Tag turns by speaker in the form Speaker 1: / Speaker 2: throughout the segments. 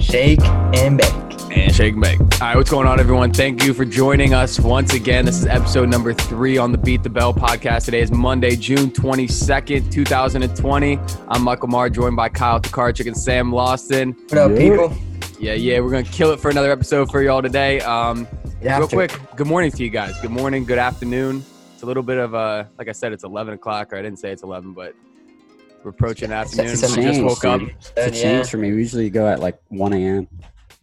Speaker 1: Shake and bake.
Speaker 2: And shake and bake. All right, what's going on, everyone? Thank you for joining us once again. This is episode number three on the Beat the Bell podcast. Today is Monday, June 22nd, 2020. I'm Michael Marr, joined by Kyle Tukarchik and Sam Lawson.
Speaker 1: What up,
Speaker 3: Yeah.
Speaker 1: people?
Speaker 2: Yeah, yeah, we're going to kill it for another episode for y'all today. Um,
Speaker 1: You have
Speaker 2: real
Speaker 1: to.
Speaker 2: quick, good morning to you guys. Good morning, good afternoon. It's a little bit of a, like I said, it's 11 o'clock, or I didn't say it's 11, but we're approaching afternoon.
Speaker 1: it's
Speaker 2: We just
Speaker 3: changed,
Speaker 2: woke up.
Speaker 3: dude.
Speaker 1: Uh,
Speaker 3: It's a
Speaker 1: yeah,
Speaker 3: change for me. We usually go at like 1 a.m.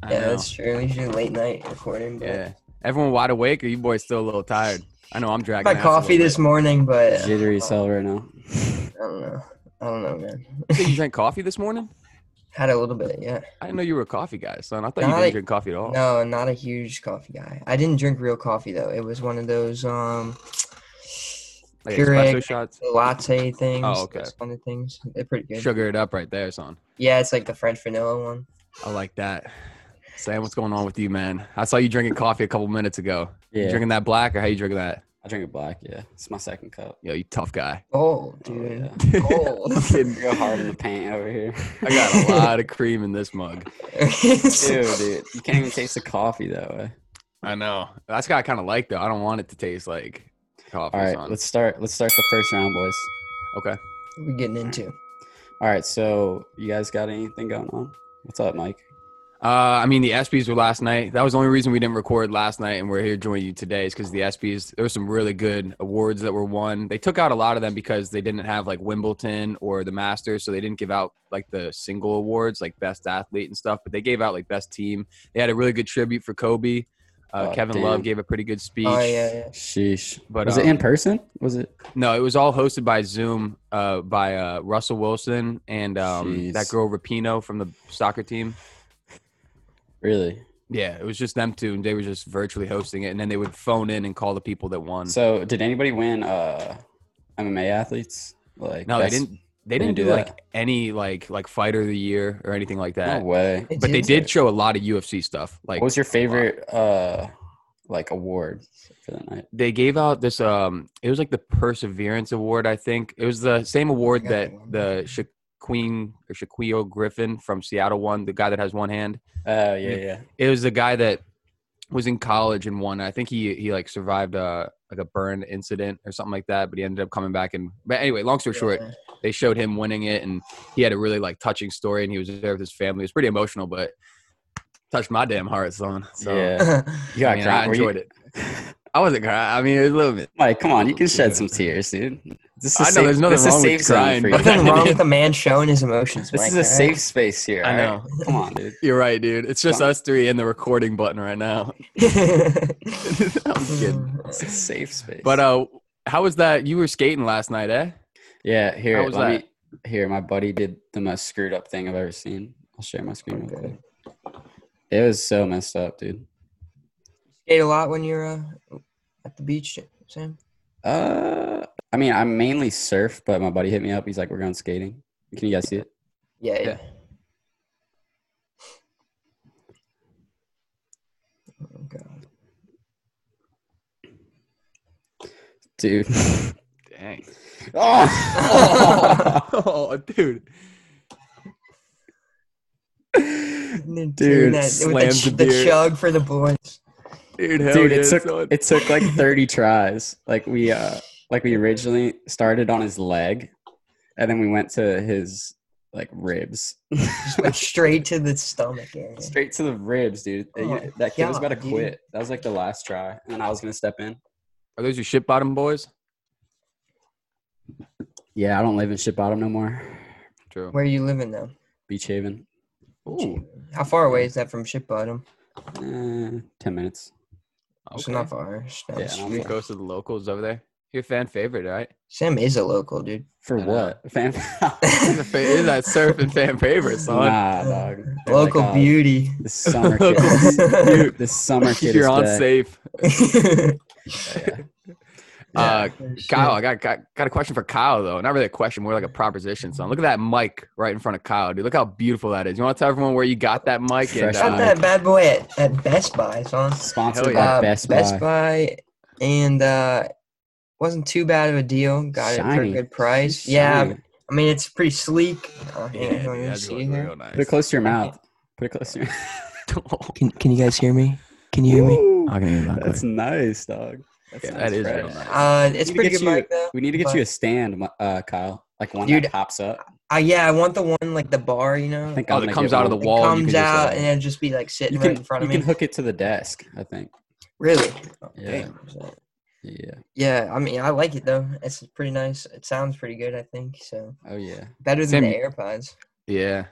Speaker 2: I
Speaker 1: yeah,
Speaker 2: know.
Speaker 1: that's true. We do late night recording. But
Speaker 2: Yeah. Everyone wide awake, or you boys still a little tired? I know I'm
Speaker 1: I
Speaker 2: dragging.
Speaker 1: had
Speaker 2: ass a
Speaker 1: coffee
Speaker 2: little
Speaker 1: this morning, but I
Speaker 3: Jittery cell right now.
Speaker 1: don't know. I don't know, man.
Speaker 2: bit. You think you drank coffee this morning?
Speaker 1: Had a little bit, yeah.
Speaker 2: I didn't know you were a coffee guy, son. I thought you
Speaker 1: No,
Speaker 2: didn't
Speaker 1: I-
Speaker 2: drink coffee at all.
Speaker 1: No, not a huge coffee guy. I didn't drink real coffee though. It was one of those um
Speaker 2: like
Speaker 1: Keurig.
Speaker 2: espresso shots,
Speaker 1: latte things.
Speaker 2: Oh, okay.
Speaker 1: Those kind of things. They're pretty good.
Speaker 2: sugar it up right there, son.
Speaker 1: Yeah, it's like the French vanilla one.
Speaker 2: I like that. Sam, what's going on with you, man? I saw you drinking coffee a couple minutes ago. You
Speaker 3: Yeah.
Speaker 2: drinking that black, or how you drinking that?
Speaker 3: I drink it black. Yeah. It's my second cup.
Speaker 2: Yo, you tough guy.
Speaker 1: Oh,
Speaker 3: Oh,
Speaker 1: dude.
Speaker 3: yeah.
Speaker 1: Cold.
Speaker 3: I go hard in the paint over here.
Speaker 2: I got a lot of cream in this mug.
Speaker 3: Ew, dude. You can't even taste the coffee eh. that way.
Speaker 2: I know. That's got kind of like though. I don't want it to taste like coffee.
Speaker 3: All right,
Speaker 2: son.
Speaker 3: let's start. Let's start the first round, boys.
Speaker 2: okay.
Speaker 1: We're getting into.
Speaker 3: All right, so you guys got anything going on? What's up, Mike?
Speaker 2: Uh, I mean, the ESPYS were last night. That was the only reason we didn't record last night, and we're here joining you today is because the ESPYS. There were some really good awards that were won. They took out a lot of them because they didn't have like Wimbledon or the Masters, so they didn't give out like the single awards, like best athlete and stuff. But they gave out like best team. They had a really good tribute for Kobe. Uh,
Speaker 3: Oh,
Speaker 2: Kevin
Speaker 3: damn.
Speaker 2: Love gave a pretty good speech.
Speaker 1: Oh yeah, yeah.
Speaker 3: Sheesh.
Speaker 2: But,
Speaker 3: was
Speaker 2: um,
Speaker 3: it in person? Was it?
Speaker 2: No, it was all hosted by Zoom uh, by uh, Russell Wilson and um,
Speaker 3: Jeez.
Speaker 2: that girl Rapino from the soccer team.
Speaker 3: Really?
Speaker 2: Yeah, it was just them two, and they were just virtually hosting it, and then they would phone in and call the people that won.
Speaker 3: So, did anybody win? Uh, MMA athletes? Like
Speaker 2: no, they
Speaker 3: best-
Speaker 2: didn't. They didn't do,
Speaker 3: didn't do
Speaker 2: like any like like fighter of the year or anything like
Speaker 3: No
Speaker 2: that.
Speaker 3: way.
Speaker 1: It
Speaker 2: but they
Speaker 1: didn't-
Speaker 2: did show a lot of UFC stuff. Like
Speaker 3: what was your favorite uh like award for the night?
Speaker 2: they gave out this um, it was like the Perseverance Award, I think. It was the same award
Speaker 1: got
Speaker 2: that
Speaker 1: that one.
Speaker 2: the Sha- Queen or Shaquille Griffin from Seattle won, the guy that has one hand.
Speaker 3: Oh yeah, yeah.
Speaker 2: it was the guy that was in college and won. I think he he like survived a like a burn incident or something like that, but he ended up coming back and. But anyway, long story short,
Speaker 1: Yeah.
Speaker 2: they showed him winning it, and he had a really like touching story, and he was there with his family. It was pretty emotional, but touched my damn heart, son. So,
Speaker 3: yeah. You
Speaker 2: I,
Speaker 3: got
Speaker 2: mean, I
Speaker 3: crying. Were you-
Speaker 2: enjoyed it. I wasn't crying. I mean, it was a little bit.
Speaker 3: Mike, come on, you can
Speaker 2: Yeah.
Speaker 3: shed some tears, dude. This is
Speaker 2: I know,
Speaker 3: safe-
Speaker 2: there's nothing
Speaker 3: this is
Speaker 2: wrong with
Speaker 3: safe zone
Speaker 2: crying,
Speaker 3: for you.
Speaker 2: but-
Speaker 1: Nothing wrong with a man showing his emotions.
Speaker 3: This
Speaker 1: Mike,
Speaker 3: is a
Speaker 1: all
Speaker 3: safe space here.
Speaker 2: I
Speaker 3: all right? Come on, dude.
Speaker 2: You're right, dude. It's just
Speaker 3: Fine.
Speaker 2: us three and the recording button right now.
Speaker 1: right?
Speaker 2: I'm kidding.
Speaker 3: It's a safe space.
Speaker 2: But uh, how was that? You were skating last night, eh?
Speaker 3: yeah, here,
Speaker 2: how was
Speaker 3: let me. Here, my buddy did the most screwed up thing I've ever seen. I'll share my screen real quick. It was so messed up, dude.
Speaker 1: skate a lot when you're uh, at the beach, Sam?
Speaker 3: Uh, I mean, I mainly surf, but my buddy hit me up. He's like, "We're going skating. Can you guys see it?"
Speaker 1: Yeah, yeah.
Speaker 2: Yeah.
Speaker 1: Oh, God.
Speaker 3: dude.
Speaker 2: Dang.
Speaker 3: oh,
Speaker 2: oh, dude.
Speaker 1: Dude,
Speaker 3: Dude,
Speaker 1: that,
Speaker 2: slams
Speaker 1: with
Speaker 2: the
Speaker 1: the, ch- the
Speaker 2: beer.
Speaker 1: chug for the boys.
Speaker 2: Dude, hell
Speaker 3: dude,
Speaker 2: yeah,
Speaker 3: it took
Speaker 2: son.
Speaker 3: it took like 30 tries. Like we uh like we originally started on his leg and then we went to his like ribs.
Speaker 1: Just went straight to the stomach area.
Speaker 3: Straight to the ribs, dude. Uh, you-
Speaker 1: Oh,
Speaker 3: that kid was about to
Speaker 1: God, dude.
Speaker 3: quit. That was like the last try. And then I was gonna step in.
Speaker 2: Are those your shit bottom boys?
Speaker 3: Yeah, I don't live in shit bottom no more.
Speaker 2: True.
Speaker 1: Where are you living now?
Speaker 3: Beach Haven.
Speaker 2: Ooh,
Speaker 1: How far away is that from Ship Bottom?
Speaker 3: Uh, ten minutes.
Speaker 1: It's
Speaker 2: okay.
Speaker 1: not far. It's down the
Speaker 3: Yeah, I'm
Speaker 1: street.
Speaker 2: Goes to the locals over there. Your fan favorite, right?
Speaker 1: Sam is a local, dude.
Speaker 3: For
Speaker 2: I know.
Speaker 3: what? Fam
Speaker 2: He's a fa- he's that surfing fan favorite, son.
Speaker 3: Nah, dog. They're like,
Speaker 1: local
Speaker 3: uh,
Speaker 1: beauty.
Speaker 3: This summer kid.
Speaker 2: Local
Speaker 3: is-
Speaker 2: beauty.
Speaker 3: This summer kid.
Speaker 2: You're
Speaker 3: is
Speaker 2: on
Speaker 3: back.
Speaker 2: safe.
Speaker 3: Yeah.
Speaker 2: Uh,
Speaker 1: Yeah, shit.
Speaker 2: Kyle, I got, got got a question for Kyle though. Not really a question, more like a proposition, son. Look at that mic right in front of Kyle, dude. Look how beautiful that is. You want to tell everyone where you got that mic? And,
Speaker 3: Fresh
Speaker 2: uh,
Speaker 1: Got that bad boy at, at Best Buy, son.
Speaker 3: Sponsored
Speaker 2: Hell
Speaker 3: by
Speaker 2: yeah.
Speaker 1: Uh,
Speaker 3: Oh, Best Buy.
Speaker 1: Best Buy, and uh, wasn't too bad of a deal. Got it for a
Speaker 3: Shiny.
Speaker 1: good price. Yeah,
Speaker 3: Shiny.
Speaker 1: I mean it's pretty sleek. Uh,
Speaker 2: yeah,
Speaker 1: yeah,
Speaker 2: dude,
Speaker 1: you
Speaker 2: that's
Speaker 1: see
Speaker 2: real
Speaker 1: here.
Speaker 3: Put it
Speaker 2: nice.
Speaker 3: close to your mouth. Put it close to me.
Speaker 1: Can Can you guys hear me? Can you hear me?
Speaker 3: Ooh,
Speaker 2: I can hear that
Speaker 3: That's nice, dog. That's
Speaker 2: Yeah,
Speaker 3: nice,
Speaker 2: that is
Speaker 3: fresh.
Speaker 2: real nice.
Speaker 1: Uh, it's
Speaker 3: Need to
Speaker 1: pretty
Speaker 3: get
Speaker 1: good
Speaker 3: you-
Speaker 1: mic though.
Speaker 3: We need to get
Speaker 1: but-
Speaker 3: you a stand, mu- uh, Kyle. Like one
Speaker 1: Dude,
Speaker 3: that pops up.
Speaker 1: Uh, yeah, I want the one like the bar, you know.
Speaker 3: I think
Speaker 2: Oh,
Speaker 3: I'm
Speaker 2: that
Speaker 3: gonna
Speaker 2: comes
Speaker 3: get
Speaker 2: out of
Speaker 3: one.
Speaker 2: the wall, you
Speaker 1: It
Speaker 2: can
Speaker 1: comes
Speaker 2: just,
Speaker 1: out
Speaker 2: like-
Speaker 1: and it'd just be like sitting
Speaker 3: You can
Speaker 1: right in front of
Speaker 3: you
Speaker 1: me.
Speaker 3: can hook it to the desk. I think.
Speaker 1: really? Oh,
Speaker 3: Yeah.
Speaker 1: Damn.
Speaker 3: Yeah.
Speaker 1: Yeah, I mean, I like it though. It's pretty nice. It sounds pretty good, I think. So
Speaker 3: Oh yeah.
Speaker 1: better than the
Speaker 2: Sam-
Speaker 1: AirPods.
Speaker 2: Yeah.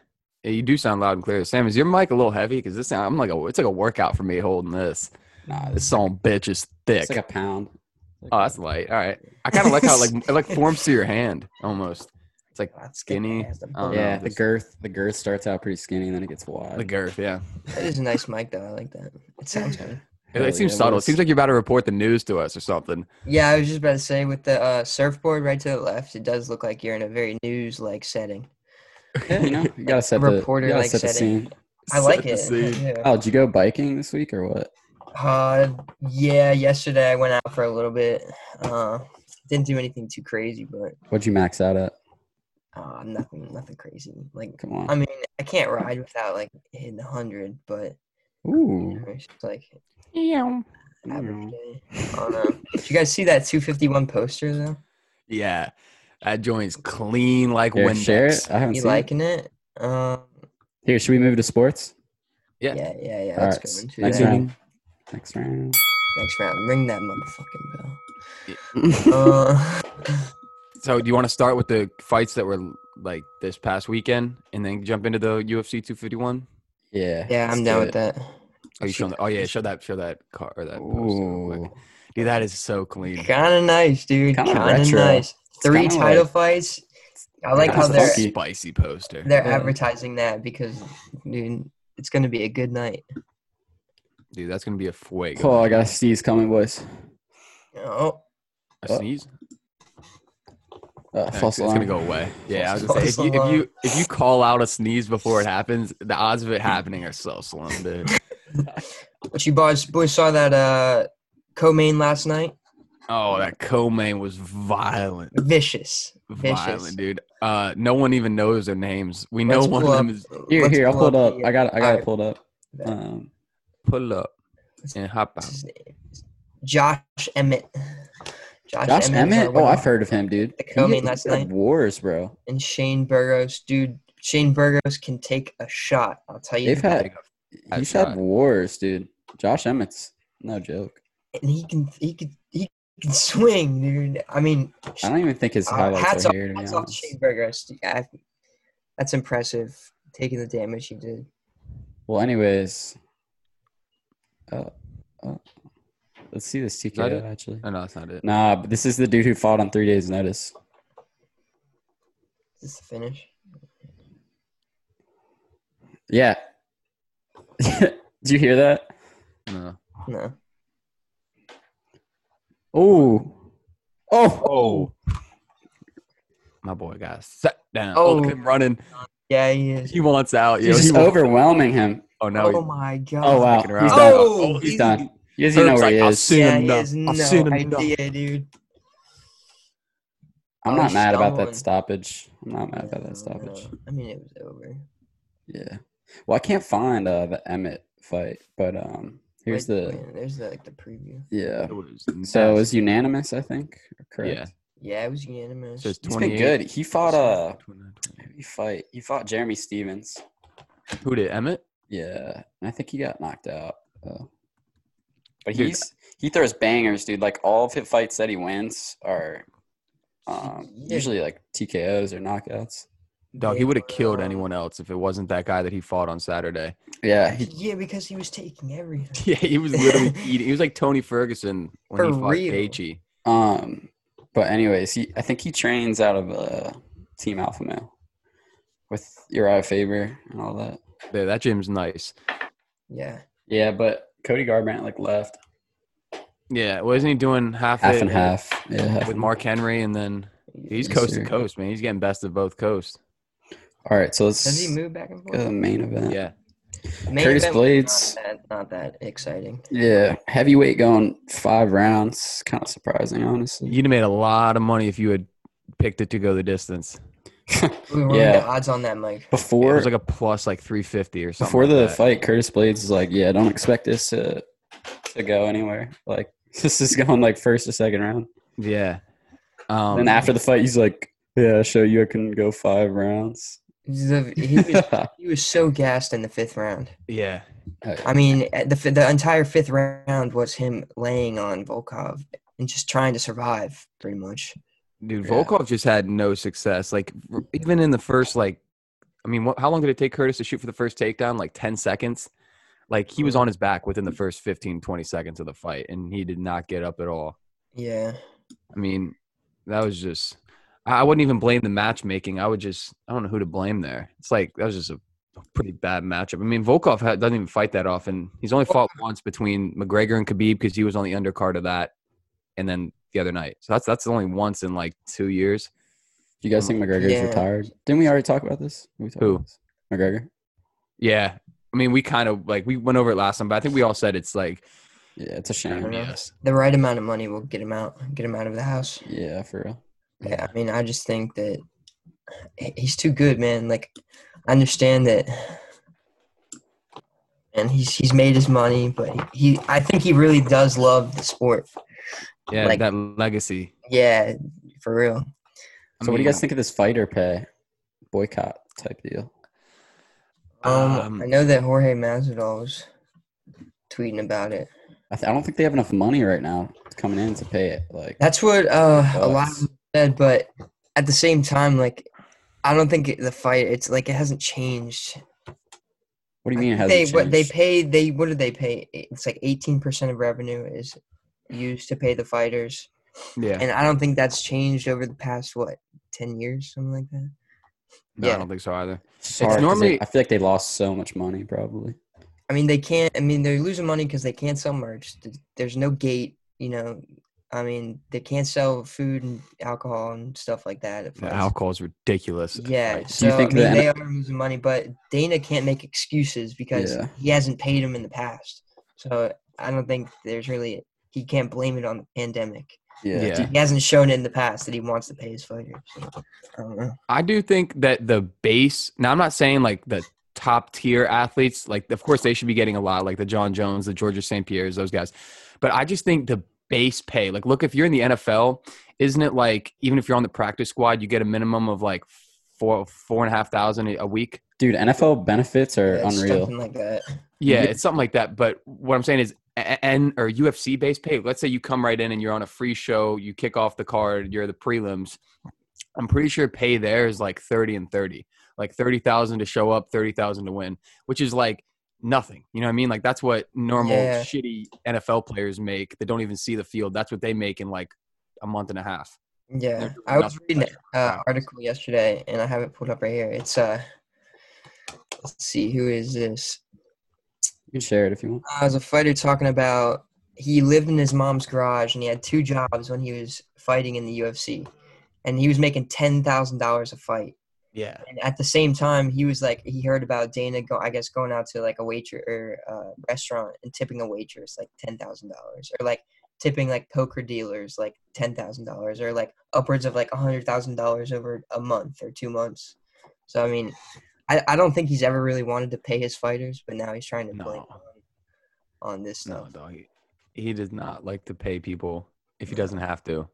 Speaker 2: Yeah, you do sound loud and clear. Sam, is your mic a little heavy? Because this, sound- I'm like, a, it's like a workout for me holding this.
Speaker 3: Nah,
Speaker 2: This
Speaker 3: this
Speaker 2: song, bitch, is thick.
Speaker 3: it's like a pound.
Speaker 2: oh, that's light. All right. I kind of like how it, like it like forms to your hand almost.
Speaker 1: That's
Speaker 2: Skinny. I don't know,
Speaker 3: yeah.
Speaker 1: Yeah,
Speaker 3: The
Speaker 2: just-
Speaker 3: girth the girth starts out pretty skinny, and then it gets wide.
Speaker 2: The girth, yeah.
Speaker 1: that is a nice mic though. I like that. It sounds good.
Speaker 2: It,
Speaker 3: Hell
Speaker 2: it seems
Speaker 3: yeah,
Speaker 2: subtle. It
Speaker 3: let's-
Speaker 2: seems like you're about to report the news to us or something.
Speaker 1: Yeah, I was just about to say with the uh, surfboard right to the left, it does look like you're in a very news-like setting.
Speaker 3: Yeah, you know, you gotta set the
Speaker 1: reporter,
Speaker 3: you gotta
Speaker 1: like,
Speaker 3: set the
Speaker 1: setting.
Speaker 3: scene.
Speaker 1: I like
Speaker 2: Set
Speaker 1: it.
Speaker 2: the scene. Oh.
Speaker 1: Yeah.
Speaker 3: Oh, did you go biking this week or what?
Speaker 1: Uh, yeah, yesterday I went out for a little bit. Uh, didn't do anything too crazy, but
Speaker 3: What'd you max out at?
Speaker 1: uh, nothing, nothing crazy. Like,
Speaker 3: Come on.
Speaker 1: I mean, I can't ride without like hitting a hundred, but you
Speaker 3: Ooh.
Speaker 1: know, it's just like
Speaker 2: Yeah.
Speaker 3: Mm-hmm.
Speaker 1: average day. I
Speaker 2: Oh,
Speaker 1: don't know. Did you guys see that 251 poster though?
Speaker 2: Yeah. That joint's clean like
Speaker 3: Here,
Speaker 2: Windex.
Speaker 3: share it. I haven't
Speaker 1: You
Speaker 3: seen
Speaker 1: liking it? Um,
Speaker 3: it. Here, should we move to sports?
Speaker 2: Yeah.
Speaker 1: yeah, yeah, yeah.
Speaker 3: All
Speaker 1: let's
Speaker 3: right,
Speaker 1: go into
Speaker 3: next
Speaker 1: that.
Speaker 3: round. Next round.
Speaker 1: Next round, ring that motherfucking bell.
Speaker 3: All
Speaker 1: Uh,
Speaker 2: So, do you want to start with the fights that were like this past weekend, and then jump into the UFC 251?
Speaker 3: Yeah.
Speaker 1: yeah, I'm
Speaker 3: let's
Speaker 1: down
Speaker 3: do
Speaker 1: with
Speaker 3: it.
Speaker 1: that.
Speaker 2: Oh, you showing? The, oh yeah, show that, show that car or that. poster real quick.
Speaker 3: Ooh.
Speaker 2: Dude, that is so clean.
Speaker 1: Kind of nice, dude.
Speaker 3: Kinda
Speaker 1: Kind of
Speaker 3: retro.
Speaker 1: nice. Three
Speaker 3: kinda
Speaker 1: title
Speaker 3: like-
Speaker 1: fights. I like how
Speaker 3: That's
Speaker 1: they're
Speaker 3: funky.
Speaker 2: spicy poster.
Speaker 1: they're
Speaker 3: Yeah.
Speaker 1: advertising that because, dude, it's gonna be a good night.
Speaker 2: Dude, that's gonna be a fuego.
Speaker 3: Oh, I got a sneeze coming, boys.
Speaker 1: Oh,
Speaker 2: a sneeze.
Speaker 3: Uh,
Speaker 2: Thanks,
Speaker 3: false
Speaker 2: it's gonna
Speaker 3: alarm.
Speaker 2: go away. Yeah, I was gonna
Speaker 1: False
Speaker 2: say if you, if
Speaker 1: alarm.
Speaker 2: you if you call out a sneeze before it happens, the odds of it happening are so slim, dude.
Speaker 1: but you boys boys saw that uh co-main last night.
Speaker 2: Oh, that co-main was violent,
Speaker 1: Vicious. Vicious.
Speaker 2: violent, dude. Uh, no one even knows their names. We know
Speaker 1: Let's
Speaker 2: one of
Speaker 1: pull
Speaker 2: them
Speaker 1: up-
Speaker 2: is
Speaker 3: Here,
Speaker 1: let's
Speaker 3: here, I'll pull it up.
Speaker 1: the,
Speaker 3: I got, I got it
Speaker 1: Alright.
Speaker 3: pulled up.
Speaker 1: Yeah.
Speaker 3: Um,
Speaker 2: pull up and hop
Speaker 1: what's
Speaker 2: out.
Speaker 1: his name? Josh Emmett. Josh,
Speaker 3: Josh
Speaker 1: is our
Speaker 3: Emmett. Oh,
Speaker 1: winner.
Speaker 3: I've heard of him, dude.
Speaker 1: The
Speaker 3: He
Speaker 1: co-main
Speaker 3: had- he
Speaker 1: last
Speaker 3: had
Speaker 1: night.
Speaker 3: Wars, bro.
Speaker 1: and Shane Burgos, dude. Shane Burgos can take a shot. I'll tell you.
Speaker 3: They've
Speaker 1: that.
Speaker 3: had,
Speaker 2: That's
Speaker 3: he's
Speaker 2: right.
Speaker 3: had wars, dude. Josh Emmett's no joke.
Speaker 1: and he can he can he can swing, dude. I mean,
Speaker 3: I don't even think his
Speaker 1: Uh,
Speaker 3: highlights
Speaker 1: hats
Speaker 3: are
Speaker 1: off-
Speaker 3: here. To be
Speaker 1: hats off to
Speaker 3: honest.
Speaker 1: Shane Burgos. Yeah, I- that's impressive. Taking the damage he did.
Speaker 3: Well, anyways, uh, uh, let's see this
Speaker 2: that it?
Speaker 3: TKO actually.
Speaker 2: Oh, no, that's not it.
Speaker 3: Nah, but this is the dude who fought on three days' notice.
Speaker 1: Is this the finish?
Speaker 3: Yeah. Did you hear that?
Speaker 2: No.
Speaker 1: No.
Speaker 3: Oh. Oh.
Speaker 2: Oh, my boy got set down.
Speaker 1: Oh.
Speaker 2: Oh, look at him running.
Speaker 1: Yeah, he is.
Speaker 2: He wants out.
Speaker 3: He's
Speaker 2: yo.
Speaker 3: just
Speaker 2: He wants-
Speaker 3: overwhelming him.
Speaker 2: Oh no.
Speaker 1: Oh
Speaker 2: he's-
Speaker 1: my god.
Speaker 3: Oh wow. He's
Speaker 2: sticking around.
Speaker 3: done.
Speaker 1: Oh,
Speaker 3: he's
Speaker 1: easy.
Speaker 3: done. He doesn't even know
Speaker 2: Herb's
Speaker 3: where he
Speaker 2: like, I've
Speaker 3: is.
Speaker 2: seen
Speaker 1: Yeah,
Speaker 2: him
Speaker 1: he
Speaker 2: now.
Speaker 1: has no
Speaker 2: I've seen him now.
Speaker 1: idea, dude.
Speaker 3: I'm
Speaker 1: Oh,
Speaker 3: not
Speaker 1: he's
Speaker 3: mad about
Speaker 1: stumbling.
Speaker 3: that stoppage. I'm not mad about
Speaker 1: No,
Speaker 3: that stoppage.
Speaker 1: no. I mean, it was over.
Speaker 3: Yeah. Well, I can't find uh, the Emmett fight, but um, here's
Speaker 1: Wait,
Speaker 3: the
Speaker 1: wait, there's the, like the preview.
Speaker 3: yeah.
Speaker 2: It was
Speaker 3: So it was
Speaker 2: nasty.
Speaker 3: unanimous, I think. Correct.
Speaker 2: Yeah.
Speaker 1: Yeah, it was unanimous.
Speaker 2: So it's
Speaker 3: He's been
Speaker 2: 28.
Speaker 3: good. He fought uh
Speaker 2: Who
Speaker 3: who did he fight he fought Jeremy Stevens.
Speaker 2: did Emmett?
Speaker 3: Yeah. And I think he got knocked out. Uh, but
Speaker 2: Dude.
Speaker 3: he's he throws bangers, dude. Like all of his fights that he wins are um,
Speaker 1: Yeah.
Speaker 3: usually like TKOs or knockouts.
Speaker 2: Dog, he
Speaker 1: Yeah,
Speaker 2: would have killed
Speaker 1: uh,
Speaker 2: anyone else if it wasn't that guy that he fought on Saturday.
Speaker 3: Yeah, he
Speaker 1: Yeah, because he was taking everything.
Speaker 2: Yeah, he was literally eating. He was like Tony Ferguson when he
Speaker 1: For
Speaker 2: fought
Speaker 1: real.
Speaker 2: Gaethje.
Speaker 3: Um, but anyways, he I think he trains out of uh, Team Alpha Male with Uriah Faber and all that.
Speaker 2: Yeah, that gym's nice.
Speaker 1: Yeah.
Speaker 3: Yeah, but Cody Garbrandt like left
Speaker 2: Yeah, wasn't he doing half
Speaker 3: half
Speaker 2: it
Speaker 3: and half. Yeah, half
Speaker 2: with
Speaker 3: and-
Speaker 2: Mark Henry and then he's
Speaker 3: Yes,
Speaker 2: coast
Speaker 3: sir.
Speaker 2: to coast, man. He's getting best of both coasts.
Speaker 3: all right. So let's
Speaker 1: Does he move back and
Speaker 3: go to the
Speaker 1: forth?
Speaker 3: main event.
Speaker 2: Yeah,
Speaker 1: Main
Speaker 3: Uh,
Speaker 1: event
Speaker 3: Curtis
Speaker 1: was
Speaker 3: Blades.
Speaker 1: Not that, not that exciting.
Speaker 3: Yeah, heavyweight going five rounds, kind of surprising, honestly.
Speaker 2: you'd have made a lot of money if you had picked it to go the distance.
Speaker 1: We were
Speaker 3: Yeah.
Speaker 1: the odds on that, Mike.
Speaker 2: it
Speaker 3: Before
Speaker 2: was like a plus like 350 or something.
Speaker 3: before
Speaker 2: like
Speaker 3: the
Speaker 2: that.
Speaker 3: fight, Curtis Blades is like, "Yeah, don't expect this to to go anywhere. Like this is going like first or second round."
Speaker 2: Yeah.
Speaker 3: And
Speaker 2: Um,
Speaker 3: then after the fight, he's like, "Yeah, I'll show you I can go five rounds."
Speaker 1: He's the- He was, he was so gassed in the fifth round.
Speaker 2: yeah.
Speaker 1: I mean, at the fi- the entire fifth round was him laying on Volkov and just trying to survive, pretty much.
Speaker 2: Dude,
Speaker 3: Yeah.
Speaker 2: Volkov just had no success. Like r- even in the first, like, I mean, what, how long did it take Curtis to shoot for the first takedown? Like ten seconds. Like he was on his back within the first 15, 20 seconds of the fight, and he did not get up at all.
Speaker 1: Yeah,
Speaker 2: I mean, that was just. I I wouldn't even blame the matchmaking. I would just. I don't know who to blame there. It's like that was just a pretty bad matchup. I mean, Volkov ha- doesn't even fight that often. He's only fought once between McGregor and Khabib because he was on the undercard of that, and then the other night. So that's that's only once in like two years.
Speaker 3: you guys think McGregor's
Speaker 1: Yeah.
Speaker 3: retired? Didn't we already talk about this? Did We talk
Speaker 2: Who?
Speaker 3: About this? McGregor.
Speaker 2: Yeah. I mean, we kind of like we went over it last time, but I think we all said it's like
Speaker 3: Yeah, it's a shame.
Speaker 1: know.
Speaker 2: yes.
Speaker 1: the right amount of money will get him out, get him out of the house.
Speaker 3: Yeah, for real.
Speaker 1: Yeah, I mean, I just think that he- he's too good, man. Like, I understand that, and he's he's made his money, but he I think he really does love the sport.
Speaker 2: yeah,
Speaker 1: Like-
Speaker 2: that legacy.
Speaker 1: Yeah, for real.
Speaker 2: I
Speaker 3: So, what do
Speaker 2: mean,
Speaker 3: you guys think of this fighter pay boycott type deal?
Speaker 1: Um,
Speaker 2: Um,
Speaker 1: I know that Jorge Masvidal was tweeting about it.
Speaker 3: I, th- I don't think they have enough money right now coming in to pay it. Like,
Speaker 1: That's what uh, a lot of
Speaker 3: Thoughts?
Speaker 1: them said, but at the same time, like I don't think it- the fight. It's like it hasn't changed.
Speaker 3: what do you mean? It
Speaker 1: I
Speaker 3: hasn't
Speaker 1: think they what they
Speaker 3: changed?
Speaker 1: pay they what did they pay? It's like eighteen percent of revenue is used to pay the fighters,
Speaker 2: yeah.
Speaker 1: and I don't think that's changed over the past what ten years, something like that.
Speaker 2: No, I
Speaker 1: yeah.
Speaker 2: don't think so either.
Speaker 3: It's hard 'cause
Speaker 2: normally-
Speaker 3: they- I feel like they lost so much money, probably.
Speaker 1: I mean, they can't. I mean, they're losing money because they can't sell merch. Th- There's no gate, you know. I mean, they can't sell food and alcohol and stuff like that. at
Speaker 2: The
Speaker 1: fights.
Speaker 2: alcohol is ridiculous.
Speaker 1: Yeah.
Speaker 2: Like,
Speaker 1: So
Speaker 3: you think
Speaker 1: I mean,
Speaker 3: the
Speaker 1: they are losing money, but Dana can't make excuses because
Speaker 3: Yeah.
Speaker 1: he hasn't paid him in the past. So I don't think there's really he can't blame it on the pandemic.
Speaker 3: Yeah.
Speaker 2: Yeah.
Speaker 3: Do-
Speaker 1: He hasn't shown in the past that he wants to pay his fighters. So, I don't know.
Speaker 2: I do think that the base. Now, I'm not saying like the top tier athletes. Like, of course, they should be getting a lot. Like the John Jones, the Georgia St. Pierre's, those guys. But I just think the base pay. Like, look, if you're in the NFL, isn't it like even if you're on the practice squad, you get a minimum of like four, four and a half thousand a a week.
Speaker 3: Dude, NFL benefits are
Speaker 1: Yeah, it's
Speaker 3: unreal.
Speaker 1: Something like that.
Speaker 2: Yeah,
Speaker 3: Yeah.
Speaker 2: it's something like that. But what I'm saying is, a- and or UFC based pay. Let's say you come right in and you're on a free show. You kick off the card. You're the prelims. I'm pretty sure pay there is like thirty and thirty, like thirty thousand to show up, thirty thousand to win, which is like nothing. You know what I mean? Like that's what normal
Speaker 1: Yeah.
Speaker 2: shitty NFL players make that don't even see the field. That's what they make in like a month and a half.
Speaker 1: Yeah,
Speaker 2: doing
Speaker 1: I was
Speaker 2: nothing
Speaker 1: reading
Speaker 2: but
Speaker 1: an uh,
Speaker 2: practice.
Speaker 1: article yesterday, and I have it pulled up right here. It's uh, let's see, who is this?
Speaker 3: You can share it if you want.
Speaker 1: Uh, it was a fighter talking about he lived in his mom's garage, and he had two jobs when he was fighting in the UFC, and he was making ten thousand dollars a fight.
Speaker 2: Yeah,
Speaker 1: And at the same time, he was like, he heard about Dana, go, I guess, going out to like a waitress or uh, restaurant and tipping a waitress like ten thousand dollars, or like tipping like poker dealers like ten thousand dollars, or like upwards of like a hundred thousand dollars over a month or two months. So I mean, I, I don't think he's ever really wanted to pay his fighters, but now he's trying to blame
Speaker 2: No.
Speaker 1: on, on this
Speaker 2: no,
Speaker 1: stuff.
Speaker 2: dog. He does not like to pay people if he doesn't have to.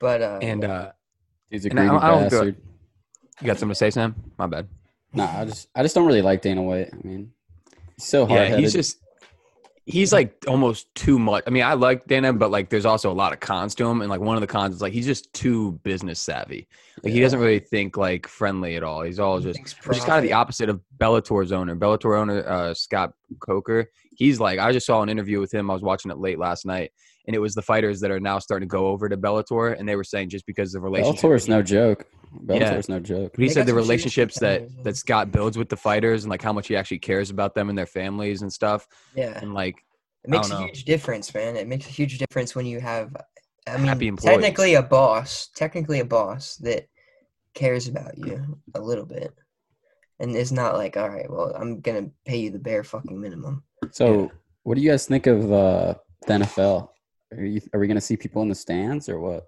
Speaker 1: But uh,
Speaker 2: And uh,
Speaker 3: He's a
Speaker 2: And I-
Speaker 3: greedy
Speaker 2: I don't do
Speaker 3: bastard.
Speaker 2: you got something to say, Sam? My bad.
Speaker 3: Nah, I just I just don't really like Dana White. I mean, he's so hard
Speaker 2: Yeah,
Speaker 3: headed.
Speaker 2: he's just he's like almost too much. I mean, I like Dana, but like there's also a lot of cons to him. And like one of the cons is like he's just too business savvy. Like he doesn't really think like friendly at all. He's all
Speaker 1: he
Speaker 2: just
Speaker 1: thinks
Speaker 2: which is kind of the
Speaker 1: profit.
Speaker 2: opposite of Bellator's owner. Bellator owner uh, Scott Coker. He's like I just saw an interview with him. I was watching it late last night, and it was the fighters that are now starting to go over to Bellator, and they were saying just because the relationship.
Speaker 3: Bellator is no joke.
Speaker 2: Yeah.
Speaker 3: Bellator is no joke.
Speaker 2: But he
Speaker 1: They got
Speaker 2: said the
Speaker 1: some serious
Speaker 2: relationships that
Speaker 1: competitors, yeah.
Speaker 2: that Scott builds with the fighters and like how much he actually cares about them and their families and stuff,
Speaker 1: yeah,
Speaker 2: and like
Speaker 1: It makes
Speaker 2: don't
Speaker 1: a
Speaker 2: know.
Speaker 1: huge difference, man. It makes a huge difference when you have, I mean,
Speaker 2: Happy employees.
Speaker 1: technically a boss, technically a boss that cares about you a little bit, and is not like, all right, well, I'm gonna pay you the bare fucking minimum.
Speaker 3: So,
Speaker 2: Yeah.
Speaker 3: what do you guys think of uh, the NFL? Are, you, are we going to see people in the stands or what?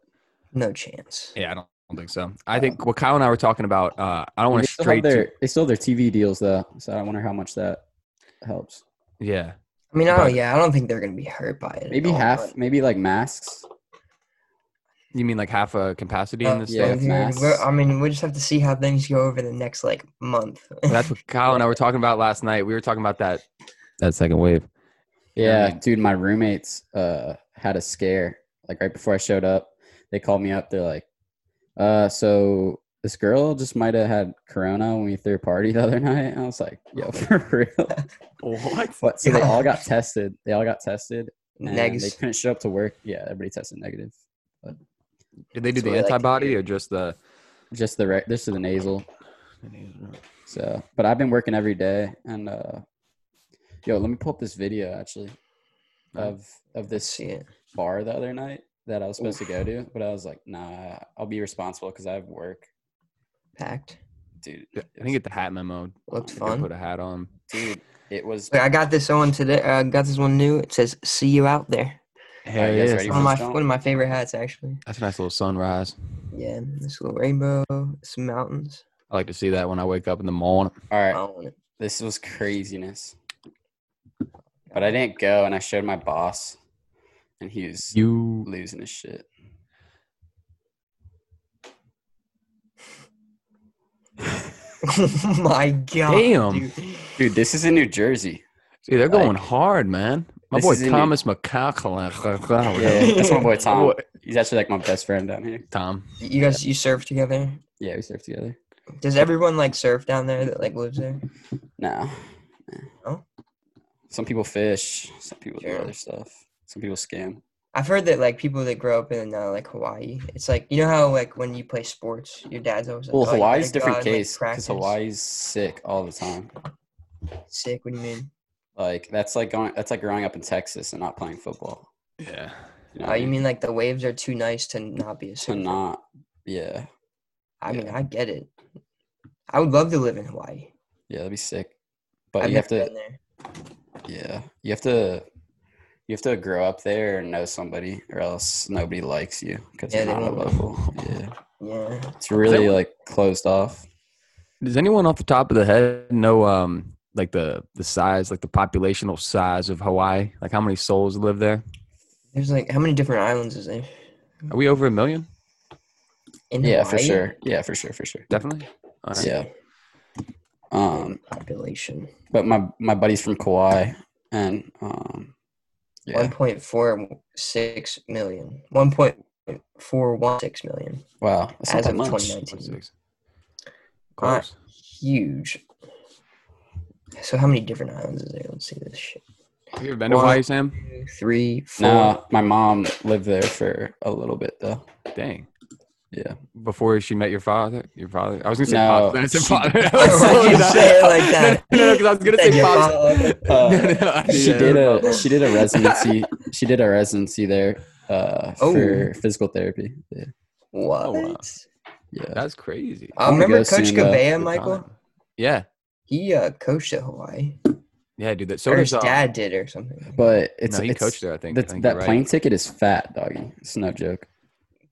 Speaker 1: No chance.
Speaker 2: Yeah, I don't don't think so. I think what Kyle and I were talking about. Uh, I don't want
Speaker 3: Uh, They
Speaker 2: to
Speaker 3: still,
Speaker 2: straight.
Speaker 3: have
Speaker 2: to-
Speaker 3: their, they still have their TV deals though, so I wonder how much that helps.
Speaker 2: yeah,
Speaker 1: I mean, I
Speaker 2: But-
Speaker 1: don't, yeah, I don't think they're gonna be hurt by it. at
Speaker 3: Maybe
Speaker 1: all,
Speaker 3: half,
Speaker 1: but-
Speaker 3: maybe like masks.
Speaker 2: you mean like half a capacity in
Speaker 1: Uh,
Speaker 2: this?
Speaker 3: yeah.
Speaker 1: so,
Speaker 2: thing?
Speaker 1: dude, we're-
Speaker 3: masks.
Speaker 1: I mean, we just have to see how things go over the next like month.
Speaker 2: That's what Kyle and I were talking about last night. We were talking about that that second wave.
Speaker 3: Yeah,
Speaker 2: Yeah.
Speaker 3: dude, my roommates uh had a scare like right before I showed up. They called me up. They're like, "Uh, so this girl just might have had corona when we threw a party the other night." And I was like, "Yo, for real?"
Speaker 2: What?
Speaker 3: But so they all got tested. They all got tested, and they
Speaker 1: Next,
Speaker 3: couldn't show up to work. Yeah, everybody tested negative.
Speaker 2: Did they do
Speaker 1: That's
Speaker 2: the
Speaker 1: what I like to
Speaker 2: antibody
Speaker 1: hear.
Speaker 2: or just the?
Speaker 3: Just the re- this is the nasal. So, but I've been working every day, and uh, yo, let me pull up this video actually of of
Speaker 1: let's
Speaker 3: this
Speaker 1: see it.
Speaker 3: bar the other night that I was supposed to go to, but I was like, nah, I'll be responsible because I have work,
Speaker 1: Packed.
Speaker 3: dude.
Speaker 2: I think get the hat memo.
Speaker 1: Looked
Speaker 2: You can
Speaker 1: fun.
Speaker 2: Put a hat on.
Speaker 3: Dude, it was.
Speaker 1: Wait, I got this one today. I got this one new. It says "See you out there."
Speaker 2: Hell
Speaker 3: you guys
Speaker 2: yeah,
Speaker 3: ready
Speaker 1: One of my
Speaker 3: Don't-
Speaker 1: one of my favorite hats, actually.
Speaker 2: That's a nice little sunrise.
Speaker 1: Yeah, this little rainbow, some mountains.
Speaker 2: I like to see that when I wake up in the morning.
Speaker 3: All
Speaker 1: I
Speaker 3: right,
Speaker 1: don't want it.
Speaker 3: this was craziness. But I didn't go, and I showed my boss, and he was
Speaker 2: You
Speaker 3: losing his shit.
Speaker 1: oh my god!
Speaker 2: Damn.
Speaker 1: dude.
Speaker 3: Dude, this is in New Jersey.
Speaker 2: see, they're
Speaker 3: Like-
Speaker 2: going hard, man. My
Speaker 3: This
Speaker 2: boy
Speaker 3: is in it.
Speaker 2: Thomas McCauley.
Speaker 3: Yeah, that's my boy Tom.
Speaker 2: Oh, What?
Speaker 3: He's actually like my best friend down here.
Speaker 2: Tom.
Speaker 1: You guys, you surf together.
Speaker 3: Yeah, we surf together.
Speaker 1: Does everyone like surf down there that like lives there?
Speaker 3: No.
Speaker 1: No?
Speaker 3: Some people fish. Some people do
Speaker 1: Sure.
Speaker 3: other stuff. Some people scam.
Speaker 1: I've heard that like people that grow up in uh, like Hawaii, it's like you know how like when you play sports, your dad's always like,
Speaker 3: Well,
Speaker 1: "Oh, you gotta
Speaker 3: Hawaii's
Speaker 1: go
Speaker 3: different
Speaker 1: out and, like,
Speaker 3: case because
Speaker 1: practice."
Speaker 3: Hawaii's sick all the time.
Speaker 1: Sick. What do you mean?
Speaker 3: Like that's like going that's like growing up in Texas and not playing football.
Speaker 2: Yeah.
Speaker 3: You know
Speaker 1: Oh,
Speaker 3: what I
Speaker 1: you
Speaker 3: mean?
Speaker 1: mean like the waves are too nice to not be a
Speaker 3: to
Speaker 1: surfer?
Speaker 3: not? Yeah,
Speaker 1: I mean,
Speaker 3: yeah.
Speaker 1: I get it. I would love to live in Hawaii.
Speaker 3: yeah, that'd be sick. But
Speaker 1: I've
Speaker 3: Oh, you have
Speaker 1: never
Speaker 3: to,
Speaker 1: been there.
Speaker 3: yeah, you have to, you have to grow up there and know somebody, or else nobody likes you because
Speaker 1: Yeah,
Speaker 3: you're
Speaker 1: they
Speaker 3: not a
Speaker 1: won't.
Speaker 3: local. Yeah,
Speaker 1: Yeah.
Speaker 3: it's really like closed off.
Speaker 2: Does anyone off the top of the head know um like the the size, like the populational size of Hawaii? Like how many souls live there?
Speaker 1: There's like how many different islands is there?
Speaker 2: Are we over a million?
Speaker 1: In
Speaker 3: Yeah, for
Speaker 1: Hawaii?
Speaker 3: sure. Yeah, for sure, for sure.
Speaker 2: Definitely. All right.
Speaker 3: Yeah. Um,
Speaker 1: Population.
Speaker 3: but my my buddy's from Kauai, and um, yeah,
Speaker 1: One point four six million. One point four one six million.
Speaker 3: wow, that's not
Speaker 1: as
Speaker 3: that
Speaker 1: of
Speaker 3: much.
Speaker 1: 2019.
Speaker 2: Six.
Speaker 1: Alright.
Speaker 2: Close.
Speaker 1: Huge. So how many different islands is there? Let's see this shit.
Speaker 2: Have you ever been to
Speaker 1: One.
Speaker 2: Hawaii, Sam?
Speaker 1: Two, three, four.
Speaker 3: No, my mom lived there for a little bit though.
Speaker 2: Dang.
Speaker 3: Yeah.
Speaker 2: Before she met your father, your father. I was gonna say
Speaker 3: No,
Speaker 2: pops. Then I said
Speaker 3: she-
Speaker 2: father. I
Speaker 1: Why
Speaker 2: was
Speaker 1: would
Speaker 2: slowing
Speaker 1: you
Speaker 2: down.
Speaker 1: say it like that?
Speaker 2: No, no, 'cause I was gonna
Speaker 1: Said
Speaker 2: say
Speaker 1: your
Speaker 2: pops.
Speaker 1: father.
Speaker 3: Uh,
Speaker 2: No, no, I
Speaker 3: she
Speaker 2: did.
Speaker 3: did a she did a residency. she did a residency there uh,
Speaker 1: Oh.
Speaker 3: for physical therapy. Yeah,
Speaker 1: What?
Speaker 2: wow.
Speaker 3: yeah.
Speaker 2: That's crazy.
Speaker 1: I
Speaker 3: wanna
Speaker 1: remember
Speaker 3: go uh,
Speaker 1: Coach
Speaker 3: soon, though.
Speaker 1: Gabea,
Speaker 2: Good
Speaker 1: Michael.
Speaker 2: time. Yeah,
Speaker 1: He uh, coached at Hawaii.
Speaker 2: yeah, dude. That so
Speaker 1: So or his
Speaker 2: does um,
Speaker 1: dad did or something.
Speaker 3: But it's
Speaker 2: no, he
Speaker 3: it's,
Speaker 2: coached there. I think. I
Speaker 3: that's-
Speaker 2: think you're
Speaker 3: that
Speaker 2: right.
Speaker 3: plane ticket is fat, doggy. It's no joke.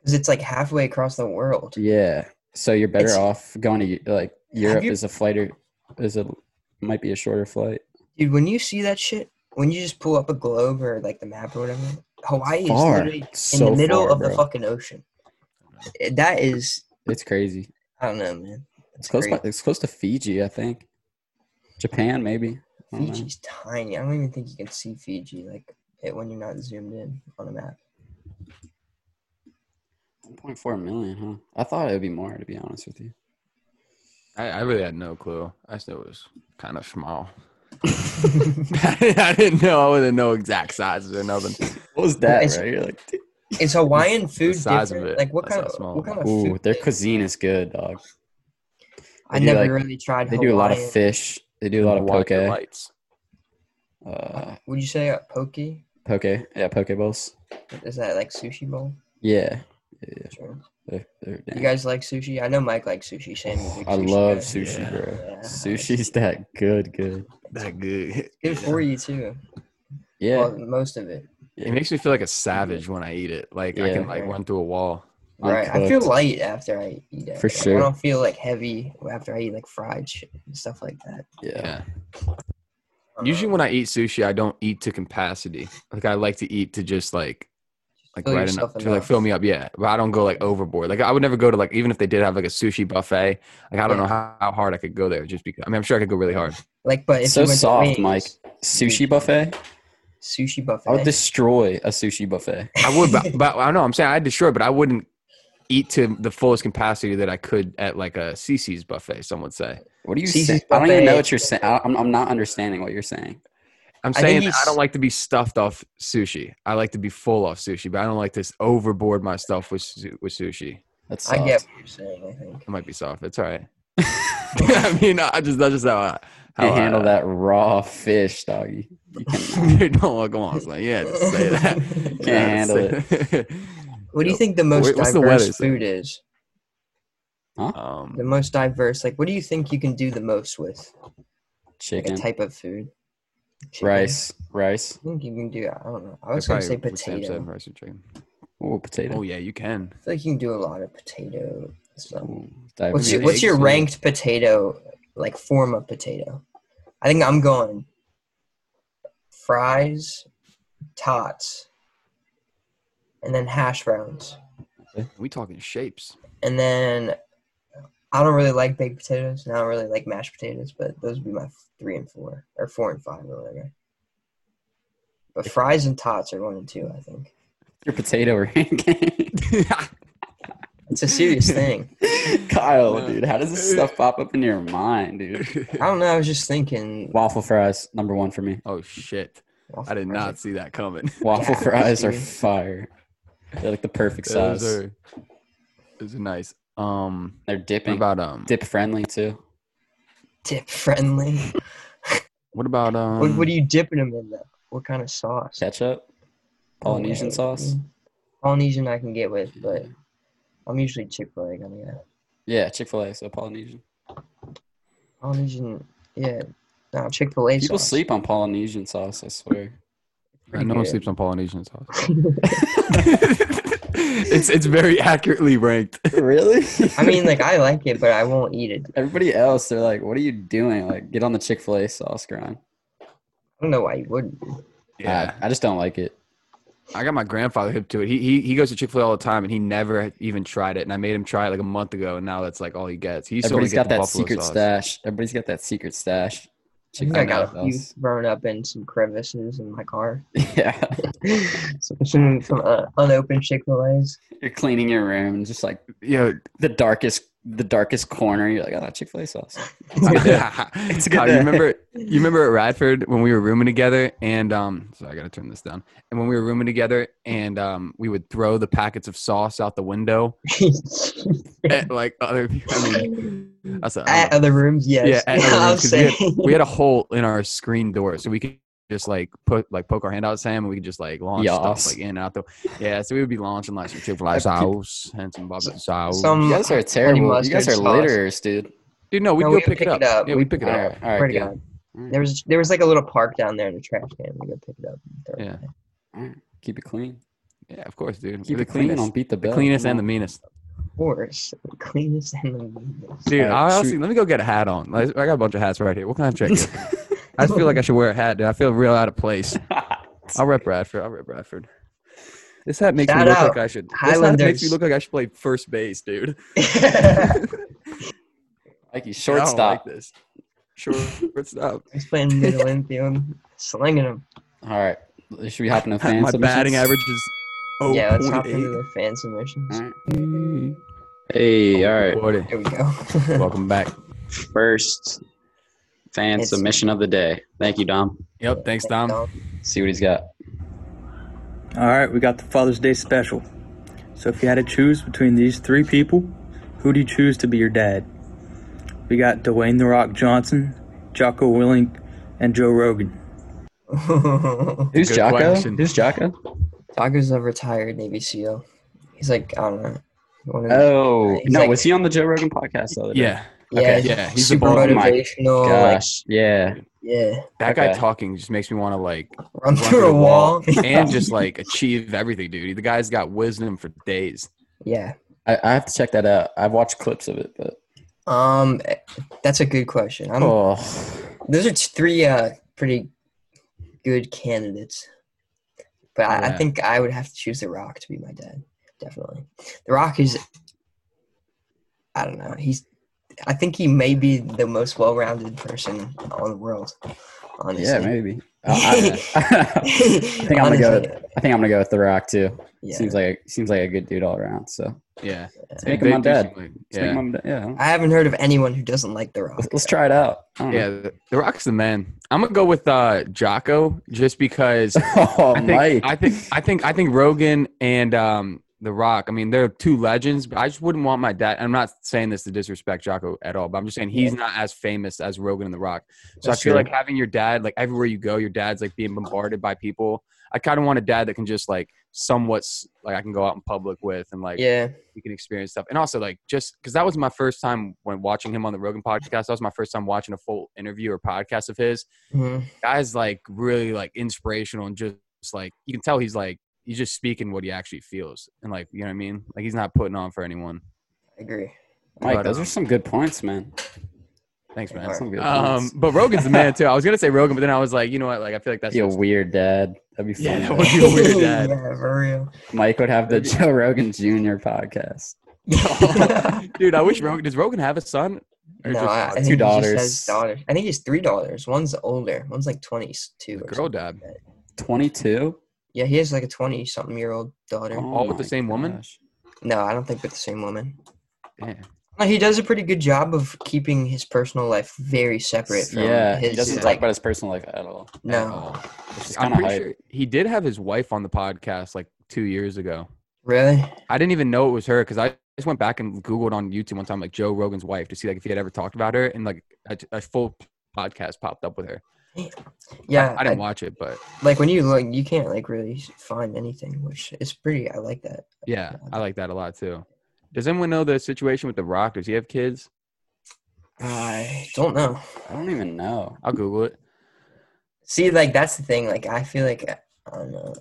Speaker 1: Because it's like halfway across the
Speaker 3: Mm.
Speaker 1: world.
Speaker 3: Yeah, so you're better
Speaker 1: It's-
Speaker 3: off going to like Europe
Speaker 1: you-
Speaker 3: is a flighter is a might be a shorter flight.
Speaker 1: Dude, when you see that shit, when you just pull up a globe or like the map or whatever, Hawaii
Speaker 3: Far.
Speaker 1: is literally in
Speaker 3: So
Speaker 1: the middle
Speaker 3: far,
Speaker 1: of the
Speaker 3: bro.
Speaker 1: fucking ocean. Eh, That is,
Speaker 3: It's crazy.
Speaker 1: I don't know, man.
Speaker 3: It's close. By, it's close to Fiji, I think. Japan, maybe. I don't know.
Speaker 1: Fiji's tiny. I don't even think you can see Fiji like it, when you're not zoomed in on a map.
Speaker 3: 1.4 million, huh? I thought it would be more, to be honest with you.
Speaker 2: I, I really had no clue. I still was kind of small. I didn't know. I didn't know exact sizes or nothing.
Speaker 3: What was that,
Speaker 1: It's-
Speaker 3: right? You're like, "Dude."
Speaker 1: Is Hawaiian food
Speaker 2: size of
Speaker 1: different?
Speaker 2: it.
Speaker 1: Like what
Speaker 2: That's
Speaker 1: kind
Speaker 2: how
Speaker 1: of
Speaker 2: small
Speaker 1: what kind of
Speaker 3: ooh,
Speaker 1: food?
Speaker 3: their
Speaker 1: they-
Speaker 3: cuisine is good, dog.
Speaker 1: I
Speaker 3: they do,
Speaker 1: never
Speaker 3: like-
Speaker 1: really tried.
Speaker 3: They do a lot of
Speaker 1: Hawaiian-
Speaker 3: fish. They do a lot of
Speaker 2: Hawaii
Speaker 3: poke.
Speaker 2: Lights.
Speaker 3: Uh,
Speaker 1: Would you say a poke? Is
Speaker 3: poke, yeah, poke bowls.
Speaker 1: that like sushi bowl?
Speaker 3: Yeah, yeah,
Speaker 1: Sure.
Speaker 3: they're, they're
Speaker 1: You
Speaker 3: damn-
Speaker 1: guys like sushi? I know Mike likes sushi. Sam, is a big
Speaker 3: I
Speaker 1: sushi
Speaker 3: love
Speaker 1: guy.
Speaker 3: sushi,
Speaker 2: Yeah.
Speaker 3: bro.
Speaker 1: Yeah.
Speaker 3: Sushi's that good, good.
Speaker 2: That good.
Speaker 1: Good for you too.
Speaker 3: Yeah,
Speaker 1: Well, most of it.
Speaker 2: It makes me feel like a savage when I eat it. Like I
Speaker 3: Yeah.
Speaker 2: can like run through a wall.
Speaker 1: Right. I feel light after I eat it.
Speaker 3: For
Speaker 1: Like,
Speaker 3: sure.
Speaker 1: I don't feel like heavy after I eat like fried shit and stuff like that. Um,
Speaker 3: Yeah.
Speaker 2: Yeah. Usually when I eat sushi, I don't eat to capacity. Like I like to eat to just like like
Speaker 1: Fill
Speaker 2: right
Speaker 1: yourself
Speaker 2: enough to like
Speaker 1: enough.
Speaker 2: fill me up. Yeah, but I don't go like overboard. Like I would never go to like even if they did have like a sushi buffet. Like I don't know how, how hard I could go there. Just because I mean I'm sure I could go really hard.
Speaker 1: like, but if
Speaker 3: So
Speaker 1: you went to
Speaker 3: soft,
Speaker 1: wings,
Speaker 3: Mike. Oh, Sushi buffet?
Speaker 1: Sushi
Speaker 3: I would
Speaker 1: buffet.
Speaker 3: destroy a sushi buffet.
Speaker 2: I would, but, but I know I'm saying I'd destroy, but I wouldn't eat to the fullest capacity that I could at like a CC's buffet. Some would say.
Speaker 3: What are you
Speaker 1: Sushi
Speaker 3: saying? I don't even
Speaker 1: buffet.
Speaker 3: know what you're saying. I'm, I'm not understanding what you're saying.
Speaker 1: I
Speaker 2: I'm
Speaker 1: think
Speaker 2: saying I,
Speaker 1: he's-
Speaker 2: don't like to be stuffed off sushi. I like to be full off sushi, but I don't like to s- overboard my stuff with su- with sushi.
Speaker 3: That's
Speaker 1: I get what you're saying. I think.
Speaker 2: It might be soft. It's all right. I mean, I just that's just how I how
Speaker 3: Can't
Speaker 2: I-
Speaker 3: handle that raw fish, doggy. You can,
Speaker 2: Dude, don't look on. It's like, yeah, just say that.
Speaker 1: Can't
Speaker 2: Yeah,
Speaker 3: handle
Speaker 2: just say-
Speaker 1: What do you
Speaker 2: Yo,
Speaker 1: think the most
Speaker 2: wait, what's the
Speaker 1: diverse
Speaker 2: weather?
Speaker 1: food is? The
Speaker 2: Um,
Speaker 1: most diverse. Like, what do you think you can do the most with like, a
Speaker 3: chicken,
Speaker 1: type of food? Chicken?
Speaker 3: rice, rice.
Speaker 1: I think you can do. I don't know. I
Speaker 2: I
Speaker 1: was gonna
Speaker 2: probably
Speaker 1: say
Speaker 2: would Sam
Speaker 1: potato.
Speaker 2: said rice or chicken.
Speaker 3: Oh,
Speaker 2: Oh
Speaker 3: potato.
Speaker 2: yeah, you can.
Speaker 1: I feel like you can do a lot of potato stuff.
Speaker 3: Ooh,
Speaker 1: What's your
Speaker 3: diabetes.
Speaker 1: What's your
Speaker 2: eggs, yeah.
Speaker 1: ranked potato like form of potato? I think I'm going fries, tots, and then hash browns,
Speaker 2: We talking shapes.
Speaker 1: and then I don't really like baked potatoes, and I don't really like mashed potatoes, but those would be my three and four, or four and five, or whatever. But fries and tots are one and two, I think.
Speaker 3: your potato ranking?
Speaker 1: It's a serious thing.
Speaker 3: Kyle,
Speaker 2: No.
Speaker 3: dude, how does this stuff pop up in your mind, dude?
Speaker 1: I don't know. I was just thinking.
Speaker 3: Waffle fries, number one for me.
Speaker 2: oh shit!
Speaker 1: waffle
Speaker 2: I did
Speaker 1: fries.
Speaker 2: not see that coming.
Speaker 3: Waffle
Speaker 1: Yeah,
Speaker 3: fries are
Speaker 1: dude.
Speaker 3: fire. They're like the perfect size.
Speaker 2: Those are, those are nice. Um,
Speaker 3: They're
Speaker 2: what
Speaker 3: dipping,
Speaker 2: about um?
Speaker 3: dip friendly too.
Speaker 1: dip friendly.
Speaker 2: What about um?
Speaker 1: what, what are you dipping them in though? What kind of sauce?
Speaker 3: Ketchup, Polynesian
Speaker 1: Yeah.
Speaker 3: sauce.
Speaker 1: Polynesian I can get with, but I'm usually Chick Fil A gonna get
Speaker 3: Yeah, Chick Fil A, so Polynesian.
Speaker 1: Polynesian. Yeah, no Chick Fil A
Speaker 3: People
Speaker 1: sauce.
Speaker 3: sleep on Polynesian sauce. I swear.
Speaker 2: Uh,
Speaker 1: pretty
Speaker 2: no one
Speaker 1: good.
Speaker 2: sleeps on Polynesian sauce. it's it's very accurately ranked.
Speaker 3: really?
Speaker 1: I mean, like I like it, but I won't eat it.
Speaker 3: everybody else, they're like, "What are you doing? Like, get on the Chick Fil A sauce grind."
Speaker 1: I don't know why you wouldn't.
Speaker 2: Yeah,
Speaker 3: Uh, I, I just don't like it.
Speaker 2: I got my grandfather hip to it. He he, he goes to Chick Fil A all the time, and he never even tried it. And I made him try it like a month ago, and now that's like all he gets. He used to only
Speaker 3: Everybody's
Speaker 2: get
Speaker 3: got
Speaker 2: the
Speaker 3: that
Speaker 2: buffalo
Speaker 3: secret
Speaker 2: sauce.
Speaker 3: stash. Everybody's got that secret stash.
Speaker 1: I think I
Speaker 2: I
Speaker 1: got
Speaker 3: know.
Speaker 1: a few thrown up in some crevices in my car.
Speaker 3: Yeah,
Speaker 1: some some, some uh, unopened Chick Fil A's.
Speaker 3: you're cleaning your room, and just like
Speaker 2: Yeah,
Speaker 3: the darkest, the darkest corner. You're like, "Oh, Chick Fil A sauce." It's
Speaker 2: it's
Speaker 3: a good
Speaker 2: You
Speaker 3: day.
Speaker 2: remember you remember at Radford when we were rooming together, and um, so I gotta turn this down. And when we were rooming together, and um, we would throw the packets of sauce out the window at like other. I mean, that's a,
Speaker 1: at other rooms, yes.
Speaker 2: Yeah, at other
Speaker 1: I'll
Speaker 2: rooms, 'cause
Speaker 1: say.
Speaker 2: we had a hole in our screen door, so we could just like put like poke our hand out, Sam, and we could just like launch
Speaker 3: Yas.
Speaker 2: stuff like in and out the. Yeah, so we would be launching like some Chick Fil A
Speaker 3: Like,
Speaker 2: sauce and some barbecue sauce.
Speaker 1: some
Speaker 3: You guys are terrible. You
Speaker 1: Mm. mustard
Speaker 3: guys are
Speaker 1: sauce.
Speaker 3: litterers, dude.
Speaker 2: Dude, no, we'd
Speaker 1: No,
Speaker 2: go
Speaker 1: we would
Speaker 2: pick, it up. Yeah, we'd pick it
Speaker 3: All
Speaker 2: up.
Speaker 3: right, all
Speaker 1: Swear
Speaker 3: right,
Speaker 1: to
Speaker 3: good.
Speaker 1: God.
Speaker 3: Alright.
Speaker 1: There was there was like a little park down there in a trash can. We go pick it up. and throw it
Speaker 2: Yeah.
Speaker 1: away.
Speaker 3: All right. Keep it clean.
Speaker 2: Yeah, of course, dude.
Speaker 3: Keep
Speaker 2: We're the
Speaker 3: it clean.
Speaker 2: cleanest,
Speaker 3: on beat the
Speaker 2: the
Speaker 3: bell.
Speaker 2: cleanest
Speaker 3: Come
Speaker 2: and the
Speaker 3: on.
Speaker 2: meanest.
Speaker 1: Of course, the cleanest and the meanest.
Speaker 2: Dude,
Speaker 3: Alright,
Speaker 2: I honestly,
Speaker 3: shoot.
Speaker 2: let me go get a hat on. Like, I got a bunch of hats right here. What kind of check? is it? I just feel like I should wear a hat, dude. I feel real out of place. I'll rep Bradford. I'll rep Bradford. This hat makes
Speaker 1: Shout
Speaker 2: me look
Speaker 1: out,
Speaker 2: like I should. This hat
Speaker 1: Highlanders.
Speaker 2: makes me look like I should play first base, dude.
Speaker 3: Mikey,
Speaker 2: I
Speaker 3: shortstop.
Speaker 2: don't like this. Shortstop.
Speaker 1: He's playing middle infield, slinging them.
Speaker 3: All right. Should we hop into fan
Speaker 2: My batting
Speaker 3: submissions?
Speaker 2: average is
Speaker 1: yeah, let's hop
Speaker 2: 0.8.
Speaker 1: into the fan submissions.
Speaker 3: All right. Hey, all right.
Speaker 2: Recording.
Speaker 1: Here we go.
Speaker 2: Welcome back.
Speaker 3: First fan
Speaker 1: It's-
Speaker 3: submission of the day. Thank you, Dom.
Speaker 2: Yep. Thanks, Dom.
Speaker 3: See what he's got.
Speaker 4: All right, we got the Father's Day special. So if you had to choose between these three people, who do you choose to be your dad? We got Dwayne The Rock Johnson, Jocko Willink, and Joe Rogan.
Speaker 3: Who's
Speaker 2: Good
Speaker 3: Jocko?
Speaker 2: question.
Speaker 3: Who's Jocko?
Speaker 1: Taco's a retired Navy SEAL. He's like I don't know. One of the-
Speaker 3: Oh
Speaker 1: He's
Speaker 3: no,
Speaker 1: like-
Speaker 3: was he on the Joe Rogan podcast the other day?
Speaker 2: Yeah.
Speaker 1: yeah,
Speaker 3: okay,
Speaker 1: he's
Speaker 2: yeah, he's a
Speaker 1: super
Speaker 2: baller.
Speaker 3: Oh my
Speaker 1: motivational. like,
Speaker 3: Gosh, yeah.
Speaker 1: yeah,
Speaker 2: That guy
Speaker 3: Okay.
Speaker 2: talking just makes me want to like
Speaker 1: run through a wall.
Speaker 2: and just like achieve everything, dude. The guy's got wisdom for days.
Speaker 1: yeah,
Speaker 3: I, I have to check that out. I've watched clips of it, but
Speaker 1: Um, eh, that's a good question. I'm,
Speaker 3: oh,
Speaker 1: Those are t- three uh, pretty good candidates. But I, I
Speaker 2: Yeah.
Speaker 1: think I would have to choose The Rock to be my dad. Definitely. The Rock is, I don't know. He's, I think he may be the most well rounded person on the world, honestly.
Speaker 3: yeah, maybe. I, I, don't know. I think I'm gonna go.
Speaker 1: Honestly,
Speaker 3: I think I'm gonna go with The Rock too.
Speaker 1: yeah.
Speaker 3: Seems like a, seems like a good dude all around. So
Speaker 2: Yeah.
Speaker 1: Let's
Speaker 3: make
Speaker 2: They
Speaker 3: him my
Speaker 2: do
Speaker 3: dad.
Speaker 2: seem like-
Speaker 3: Let's make
Speaker 2: Yeah.
Speaker 3: him my- yeah.
Speaker 1: I haven't heard of anyone who doesn't like The Rock.
Speaker 3: Let's, let's try it out. I don't know.
Speaker 2: Yeah, the- The Rock's the man. I'm gonna go with uh, Jocko just because
Speaker 3: Oh,
Speaker 2: I think,
Speaker 3: Mike.
Speaker 2: I think I think I think Rogan and um, The Rock. I mean, they're two legends. But I just wouldn't want my dad. I'm not saying this to disrespect Jocko at all, but I'm just saying he's not as famous as Rogan and The Rock. So
Speaker 3: That's
Speaker 2: I feel
Speaker 3: true.
Speaker 2: like having your dad, like everywhere you go, your dad's like being bombarded by people. I kind of want a dad that can just like somewhat s- like I can go out in public with and like
Speaker 1: yeah.
Speaker 2: you can experience stuff. And also, like, just because that was my first time when watching him on the Rogan podcast, that was my first time watching a full interview or podcast of his.
Speaker 1: Mhm.
Speaker 2: Guy's like really like inspirational and just like you can tell he's like he's just speaking what he actually feels and like you know what I mean. Like he's not putting on for anyone.
Speaker 1: I agree.
Speaker 3: Mike,
Speaker 2: but,
Speaker 3: those
Speaker 2: um,
Speaker 3: are some good points, man.
Speaker 2: Thanks, man.
Speaker 3: Some good
Speaker 2: Um,
Speaker 3: points.
Speaker 2: but Rogan's the man too. I was gonna say Rogan, but then I was like, you know what? Like I feel like that's
Speaker 3: Be a
Speaker 2: just-
Speaker 3: weird dad. That'd be fun.
Speaker 2: Yeah, that
Speaker 3: though.
Speaker 2: would be a weird
Speaker 1: yeah,
Speaker 2: dad.
Speaker 1: for real.
Speaker 3: Mike would have the
Speaker 2: That'd be-
Speaker 3: Joe Rogan Jr. podcast.
Speaker 2: dude. I wish Rogan does Rogan have a son? Or
Speaker 1: No,
Speaker 2: just-
Speaker 1: I, I
Speaker 2: oh,
Speaker 1: think
Speaker 3: two
Speaker 1: he just
Speaker 3: daughters.
Speaker 1: has daughters. I think he's three daughters. One's older. One's like twenty two.
Speaker 2: the girl dad.
Speaker 3: Twenty-two. Oh
Speaker 1: Yeah, he has like a twenty something year old daughter.
Speaker 2: All with the
Speaker 3: my
Speaker 2: same woman?
Speaker 3: gosh.
Speaker 1: No, I don't think with the same woman.
Speaker 2: Damn.
Speaker 1: No, he does a pretty good job of keeping his personal life very separate from
Speaker 3: Yeah,
Speaker 1: his
Speaker 3: he doesn't
Speaker 1: like
Speaker 3: talk about his personal life at all.
Speaker 2: At
Speaker 1: no.
Speaker 2: all.
Speaker 3: Which is
Speaker 2: Oh, I'm
Speaker 3: kind of
Speaker 2: pretty
Speaker 3: hype.
Speaker 2: sure he did have his wife on the podcast like two years ago.
Speaker 1: Really?
Speaker 2: I didn't even know it was her because I just went back and googled on YouTube one time like Joe Rogan's wife to see like if he had ever talked about her and like a, a full podcast popped up with her.
Speaker 1: Yeah.
Speaker 2: I didn't watch it, but
Speaker 1: like when you look you can't like really find anything, which is pretty I like that.
Speaker 2: yeah, I like that a lot too. Does anyone know the situation with The Rock? Does he have kids?
Speaker 1: I don't know.
Speaker 3: I don't even know.
Speaker 2: I'll Google it.
Speaker 1: See, like that's the thing. Like I feel like I don't know.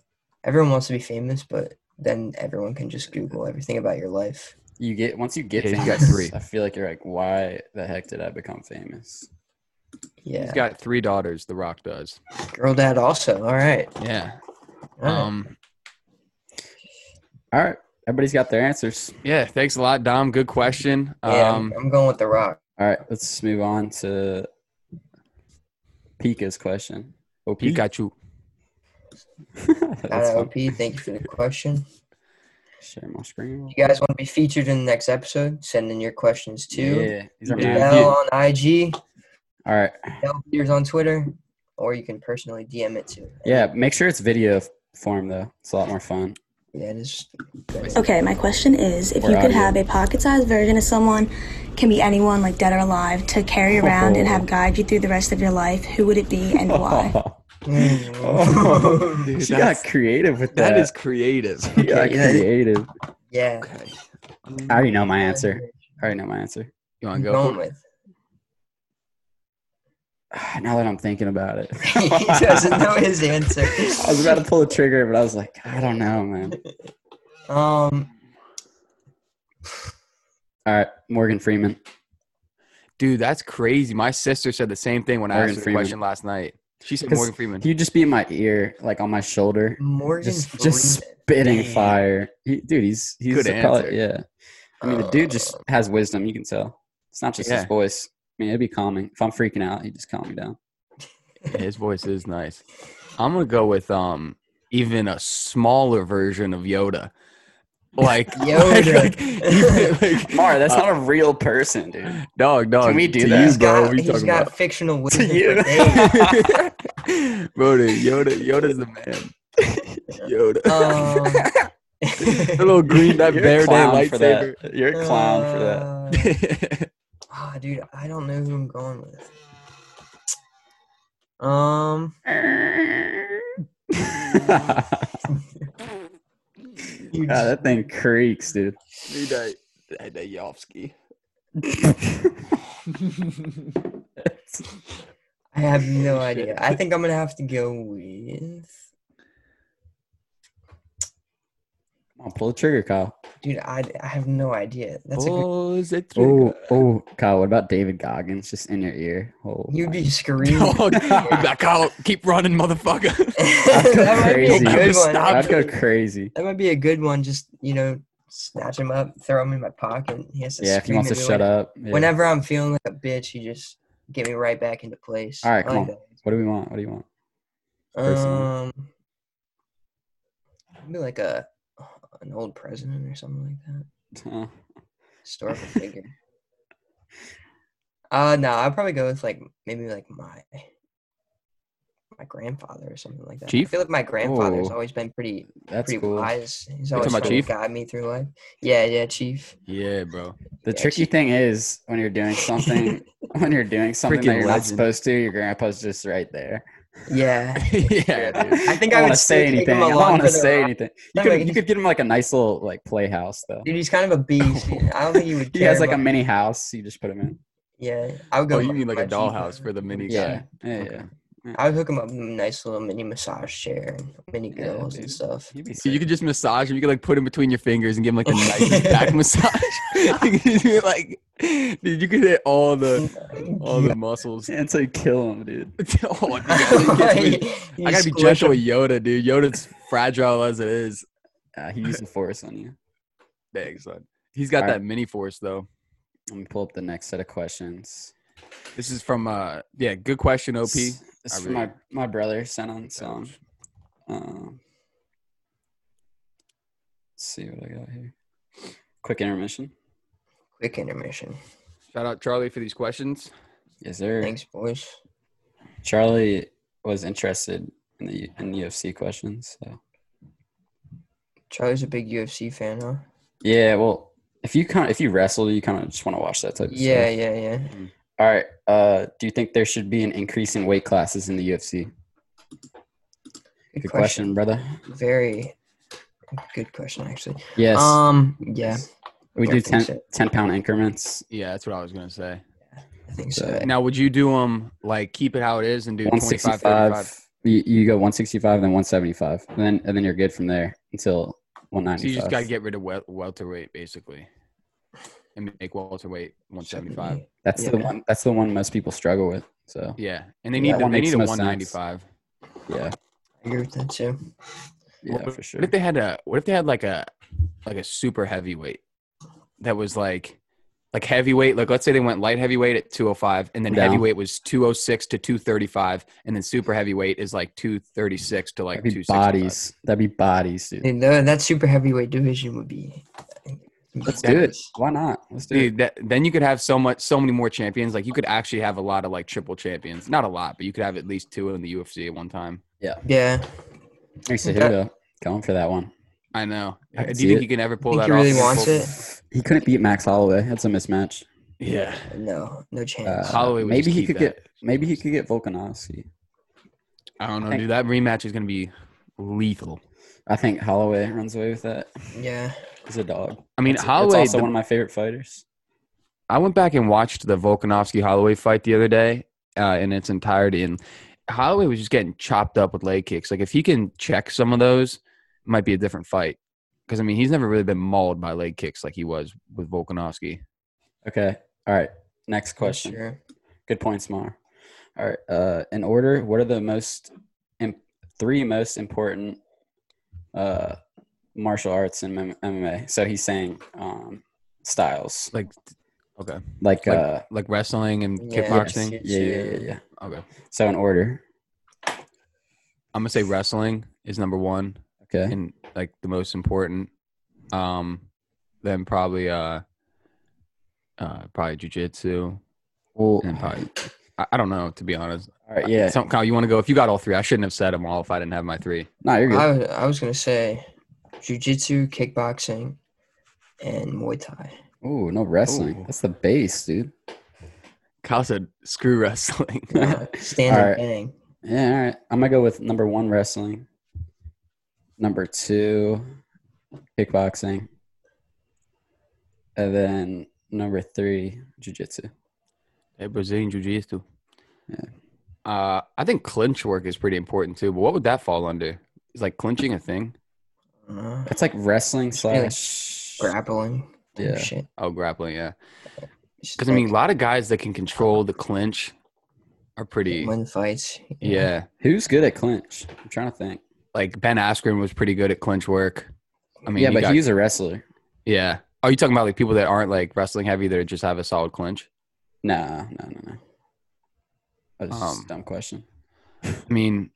Speaker 1: Everyone wants to be famous, but then everyone can just Google everything about your life.
Speaker 3: You get once you get
Speaker 2: Yeah, he's got
Speaker 3: famous,
Speaker 2: three.
Speaker 3: I feel like you're like, why the heck did I become famous?
Speaker 1: Yeah.
Speaker 2: He's got three daughters. The Rock does.
Speaker 1: Girl dad also. All right.
Speaker 2: Yeah.
Speaker 1: All right.
Speaker 2: Um.
Speaker 3: All right, everybody's got their answers.
Speaker 2: Yeah. Thanks a lot, Dom. Good question.
Speaker 1: yeah, I'm-
Speaker 2: Um.
Speaker 1: I'm, going with The Rock.
Speaker 3: All right, let's move on to Pika's question. Oh, Pika.
Speaker 2: Pikachu.
Speaker 3: That's
Speaker 1: Shout out
Speaker 3: fun.
Speaker 1: OP. Thank you for the question.
Speaker 3: Share my screen.
Speaker 1: You guys want to be featured in the next episode? Send in your questions too.
Speaker 3: Yeah, these are
Speaker 2: Yeah.
Speaker 3: mine.
Speaker 1: Bell on IG,
Speaker 3: All right.
Speaker 1: Bell Peters on Twitter, or you can personally DM it to.
Speaker 3: Yeah, make sure it's video f- form though. It's a lot more fun.
Speaker 1: Yeah, it is. that is-
Speaker 5: Okay, my question is if
Speaker 3: We're
Speaker 5: you
Speaker 3: out
Speaker 5: could
Speaker 3: here.
Speaker 5: have a pocket sized version of someone, can be anyone, like dead or alive, to carry around and have guide you through the rest of your life, who would it be and why?
Speaker 3: Oh.
Speaker 2: Dude,
Speaker 3: she
Speaker 2: that's-
Speaker 3: got creative with that.
Speaker 2: That is creative.
Speaker 3: she got
Speaker 1: Yeah, yeah.
Speaker 3: creative.
Speaker 1: yeah.
Speaker 2: okay.
Speaker 3: I already know my answer. I already know my answer.
Speaker 2: You
Speaker 1: I'm
Speaker 2: want to go?
Speaker 1: going
Speaker 2: for it?
Speaker 1: with.
Speaker 3: Now that I'm thinking about it,
Speaker 1: He doesn't know his answer.
Speaker 3: I was about to pull the trigger, but I was like, I don't know, man.
Speaker 1: Um,
Speaker 3: All right, Morgan Freeman.
Speaker 2: Dude, that's crazy. My sister said the same thing when I
Speaker 3: Morgan
Speaker 2: asked her the
Speaker 3: Freeman.
Speaker 2: question last night. She said
Speaker 3: 'Cause
Speaker 2: Morgan Freeman.
Speaker 3: He'd just be in my ear, like on my shoulder,
Speaker 1: Morgan
Speaker 3: just
Speaker 1: Freeman.
Speaker 3: just spitting
Speaker 1: Damn.
Speaker 3: fire. He, dude, he's he's
Speaker 2: Good
Speaker 3: a col-
Speaker 2: answer.
Speaker 3: yeah. I mean, the dude just has wisdom. You can tell. It's not just his
Speaker 2: Yeah.
Speaker 3: voice. I mean, it'd be calming. If I'm freaking out, he'd just calm me down.
Speaker 2: Yeah, His voice is nice. I'm gonna go with um even a smaller version of Yoda. Like
Speaker 1: Yoda.
Speaker 2: like, like, like,
Speaker 3: Mara, that's
Speaker 2: uh,
Speaker 3: not a real person, dude.
Speaker 2: dog. Dog.
Speaker 3: Can we do
Speaker 2: to
Speaker 3: that?
Speaker 2: you,
Speaker 1: He's
Speaker 2: bro?
Speaker 1: got,
Speaker 2: What are you
Speaker 1: he's
Speaker 2: talking
Speaker 1: got
Speaker 2: about?
Speaker 1: fictional
Speaker 3: To
Speaker 1: wisdom.
Speaker 3: you.
Speaker 1: for days.
Speaker 2: bro, dude, Yoda. Yoda's the man. Yoda.
Speaker 1: Um,
Speaker 2: the little green that
Speaker 3: You're a
Speaker 2: bear day
Speaker 3: clown for
Speaker 2: lightsaber.
Speaker 3: that. You're a clown for that.
Speaker 1: Uh, ah, dude, I don't know who I'm going with. Um,
Speaker 3: God,
Speaker 1: dude,
Speaker 3: that thing creaks, dude.
Speaker 2: Dude, that- that- that Yofsky.
Speaker 1: I have no idea. I think I'm gonna have to go with.
Speaker 3: Come on, pull the trigger, Kyle.
Speaker 1: Dude, I, I have no idea. That's a good.
Speaker 2: oh, is it true?
Speaker 3: Oh, oh, Kyle. What about David Goggins? Just in your ear. Oh,
Speaker 1: You'd
Speaker 3: my-
Speaker 1: be screaming.
Speaker 2: Kyle, keep running, motherfucker.
Speaker 1: that might be a
Speaker 3: crazy.
Speaker 1: good one.
Speaker 2: Stop
Speaker 3: I'd go crazy.
Speaker 1: That might be a good one. Just you know, snatch him up, throw him in my pocket. and He has to
Speaker 3: Yeah, if he wants to shut up. yeah.
Speaker 1: Whenever I'm feeling like a bitch, you just get me right back into place.
Speaker 3: All right,
Speaker 1: I
Speaker 3: come
Speaker 1: like
Speaker 3: What do we want? What do you want?
Speaker 1: that.
Speaker 3: First one.
Speaker 1: Um, maybe like a an old president or something like that.
Speaker 3: Huh.
Speaker 1: Historical figure. Uh no, I'd probably go with like maybe like my my grandfather or something like that. I
Speaker 2: Chief?
Speaker 1: feel like my grandfather's
Speaker 3: Oh.
Speaker 1: always been pretty
Speaker 3: That's
Speaker 1: pretty
Speaker 3: cool.
Speaker 1: wise. He's
Speaker 2: You
Speaker 1: always
Speaker 2: talking about
Speaker 1: trying to
Speaker 2: Chief?
Speaker 1: guide me through life. Yeah, yeah, Chief.
Speaker 2: yeah, bro.
Speaker 3: The
Speaker 1: Yeah,
Speaker 3: tricky thing is when you're doing something, when you're doing something that
Speaker 2: Freaking
Speaker 3: you're not
Speaker 2: legend.
Speaker 3: supposed to, your grandpa's just right there.
Speaker 1: Yeah.
Speaker 2: yeah, dude.
Speaker 1: I think I,
Speaker 3: I
Speaker 1: would
Speaker 3: want to say
Speaker 1: still take him
Speaker 3: anything. I don't
Speaker 1: along
Speaker 3: want
Speaker 1: for
Speaker 3: to
Speaker 1: the
Speaker 3: say
Speaker 1: ride.
Speaker 3: anything. You
Speaker 1: No,
Speaker 3: could
Speaker 1: like,
Speaker 3: you could give him like a nice little like playhouse though.
Speaker 1: Dude, he's kind of a beast. I don't think he would.
Speaker 3: He
Speaker 1: care
Speaker 3: has like a
Speaker 1: about-
Speaker 3: mini house. You just put him in.
Speaker 1: Yeah, I would go.
Speaker 2: Oh, you
Speaker 1: my-
Speaker 2: mean like
Speaker 1: my
Speaker 2: a
Speaker 1: Chief
Speaker 2: dollhouse
Speaker 1: guy.
Speaker 2: for the mini guy?
Speaker 3: Yeah, yeah, yeah.
Speaker 1: I would hook him up with a nice little mini massage chair, and mini girls
Speaker 3: dude.
Speaker 1: and stuff.
Speaker 3: He'd be
Speaker 2: So you
Speaker 3: sick.
Speaker 2: could just massage him. You could like put him between your fingers and give him like a nice back massage. you could do, like, dude, you could hit all the all the muscles.
Speaker 3: Yeah, until you kill him, dude.
Speaker 2: oh, dude, I gotta be- I gotta be gentle with Yoda, dude. Yoda's fragile as it is.
Speaker 3: Uh, he's using force on you.
Speaker 2: Dang, son. He's got
Speaker 3: All right.
Speaker 2: that mini force though.
Speaker 3: Let me pull up the next set of questions.
Speaker 2: This is from uh yeah, good question, OP.
Speaker 3: This this
Speaker 2: I
Speaker 3: is
Speaker 2: really-
Speaker 3: from my my brother sent on song. Um, let's see what I got here. Quick intermission.
Speaker 1: Quick intermission.
Speaker 2: Shout out Charlie for these questions.
Speaker 3: Yes, sir.
Speaker 1: Thanks, boys.
Speaker 3: Charlie was interested in the in the UFC questions. So
Speaker 1: Charlie's a big UFC fan, huh?
Speaker 3: yeah, well, if you kind of, if you wrestle, you kind of just want to watch that type. Of
Speaker 1: Yeah,
Speaker 3: Stuff.
Speaker 1: yeah, yeah.
Speaker 3: All right. Uh, do you think there should be an increase in weight classes in the UFC? Good question, brother.
Speaker 1: Very good question, actually.
Speaker 3: Yes,
Speaker 1: Um, yeah,
Speaker 3: we do
Speaker 1: I think
Speaker 3: 10,
Speaker 1: so.
Speaker 3: 10 pound increments.
Speaker 2: Yeah, that's what I was gonna say.
Speaker 1: I think so.
Speaker 3: Uh,
Speaker 2: Now would you do them like keep it how it is and do
Speaker 3: One
Speaker 2: 25,
Speaker 3: sixty
Speaker 2: 35?
Speaker 3: five. You, you go one sixty five, then one seventy five, and then and then you're good from there until one
Speaker 2: So
Speaker 3: ninety
Speaker 2: you just
Speaker 3: five.
Speaker 2: gotta get rid of wel- welterweight basically, and make welterweight 175.
Speaker 3: that's the
Speaker 1: yeah.
Speaker 3: one. That's the one most people struggle with. So
Speaker 2: Yeah, and they
Speaker 3: Yeah,
Speaker 2: need
Speaker 3: that
Speaker 2: the,
Speaker 3: one
Speaker 2: they
Speaker 3: makes
Speaker 2: need a
Speaker 3: most sense.
Speaker 2: 195.
Speaker 3: yeah,
Speaker 1: I agree with that too.
Speaker 3: yeah, for sure.
Speaker 2: What if they had a What if they had like a like a super heavyweight that was like like heavyweight? Like let's say they went light heavyweight at 205, and then
Speaker 3: Yeah.
Speaker 2: heavyweight was 206 to 235, and then super heavyweight is like 236 to like
Speaker 3: That'd be
Speaker 2: 265.
Speaker 3: bodies. That'd be bodies, dude.
Speaker 1: Dude, tha- uh, that super heavyweight division would be.
Speaker 3: Let's do it. Why not? Let's do it.
Speaker 2: Dude, that, then you could have so much, so many more champions. Like you could actually have a lot of like triple champions. Not a lot, but you could have at least two in the UFC at one time.
Speaker 1: Yeah,
Speaker 3: Hey, Cejudo, going for that one.
Speaker 2: I know. Uh,
Speaker 3: I
Speaker 2: Do
Speaker 3: can
Speaker 2: you
Speaker 3: see
Speaker 2: think
Speaker 3: it.
Speaker 2: he can ever pull
Speaker 1: Think
Speaker 2: that
Speaker 1: he
Speaker 2: off?
Speaker 1: really wants it?
Speaker 3: He couldn't beat Max Holloway. That's a mismatch.
Speaker 2: Yeah.
Speaker 1: no, no chance.
Speaker 3: Uh,
Speaker 2: Holloway would
Speaker 3: maybe
Speaker 2: just
Speaker 3: he
Speaker 2: keep
Speaker 3: could
Speaker 2: that.
Speaker 3: get. Maybe he could get Volkanovski.
Speaker 2: I don't know,
Speaker 3: think-
Speaker 2: dude. That rematch is gonna be lethal.
Speaker 3: I think Holloway runs away with that.
Speaker 1: yeah,
Speaker 3: He's a dog.
Speaker 2: I mean,
Speaker 3: That's- That's
Speaker 2: Holloway.
Speaker 3: also
Speaker 2: the-
Speaker 3: one of my favorite fighters.
Speaker 2: I went back and watched the Volkanovski Holloway fight the other day uh, in its entirety, and Holloway was just getting chopped up with leg kicks. Like if he can check some of those, it might be a different fight. Because I mean, he's never really been mauled by leg kicks like he was with Volkanovski.
Speaker 3: Okay. All right. Next
Speaker 1: for
Speaker 3: question.
Speaker 1: sure.
Speaker 3: Good points, Mar. All right. Uh, in order, what are the most imp- three most important uh, martial arts in M- MMA? So he's saying um, styles,
Speaker 2: Like, okay,
Speaker 3: like,
Speaker 2: like-
Speaker 3: uh,
Speaker 2: like wrestling and
Speaker 1: Yeah,
Speaker 2: kickboxing.
Speaker 1: yes,
Speaker 3: yeah, yeah, yeah,
Speaker 1: jiu-jitsu.
Speaker 3: yeah.
Speaker 2: Okay,
Speaker 3: So in order,
Speaker 2: I'm gonna say wrestling is number one
Speaker 3: okay.
Speaker 2: and like the most important. Um, then probably uh, uh, probably jujitsu.
Speaker 3: Well,
Speaker 2: and probably- I, I don't know to be honest.
Speaker 3: all right, yeah.
Speaker 2: So, Kyle, you want to go? If you got all three, I shouldn't have said them all if I didn't have my three.
Speaker 3: No, you're
Speaker 1: I
Speaker 3: good.
Speaker 1: was, I was gonna say, jujitsu, kickboxing, and Muay Thai.
Speaker 3: Ooh, no wrestling.
Speaker 2: Ooh.
Speaker 3: That's the base, dude.
Speaker 2: Kyle said, "Screw wrestling."
Speaker 1: Uh,
Speaker 3: yeah,
Speaker 1: Standing
Speaker 3: Alright.
Speaker 1: bang.
Speaker 3: all right. I'm gonna go with number one wrestling. Number two, kickboxing. And then number three, jujitsu.
Speaker 2: hey, Brazilian jiu-jitsu.
Speaker 3: Yeah.
Speaker 2: Uh, I think clinch work is pretty important too. But what would that fall under? Is like clinching a thing?
Speaker 1: Uh,
Speaker 3: It's like wrestling
Speaker 1: Really?
Speaker 3: slash.
Speaker 1: grappling. type
Speaker 3: Yeah.
Speaker 1: Shit.
Speaker 2: Oh, grappling, yeah.
Speaker 1: It's just
Speaker 2: Because I mean, a
Speaker 1: like
Speaker 2: lot of guys that can control the clinch are pretty.
Speaker 1: win fights. you know?
Speaker 2: Yeah,
Speaker 3: Who's good at clinch? I'm trying to think.
Speaker 2: like Ben Askren was pretty good at clinch work. I mean,
Speaker 3: yeah,
Speaker 2: he
Speaker 3: but
Speaker 2: got-
Speaker 3: he's a wrestler.
Speaker 2: yeah. Are you talking about like people that aren't like wrestling heavy that just have a solid clinch?
Speaker 3: Nah, no, no, no. That was just
Speaker 2: Um,
Speaker 3: a dumb question.
Speaker 2: I mean,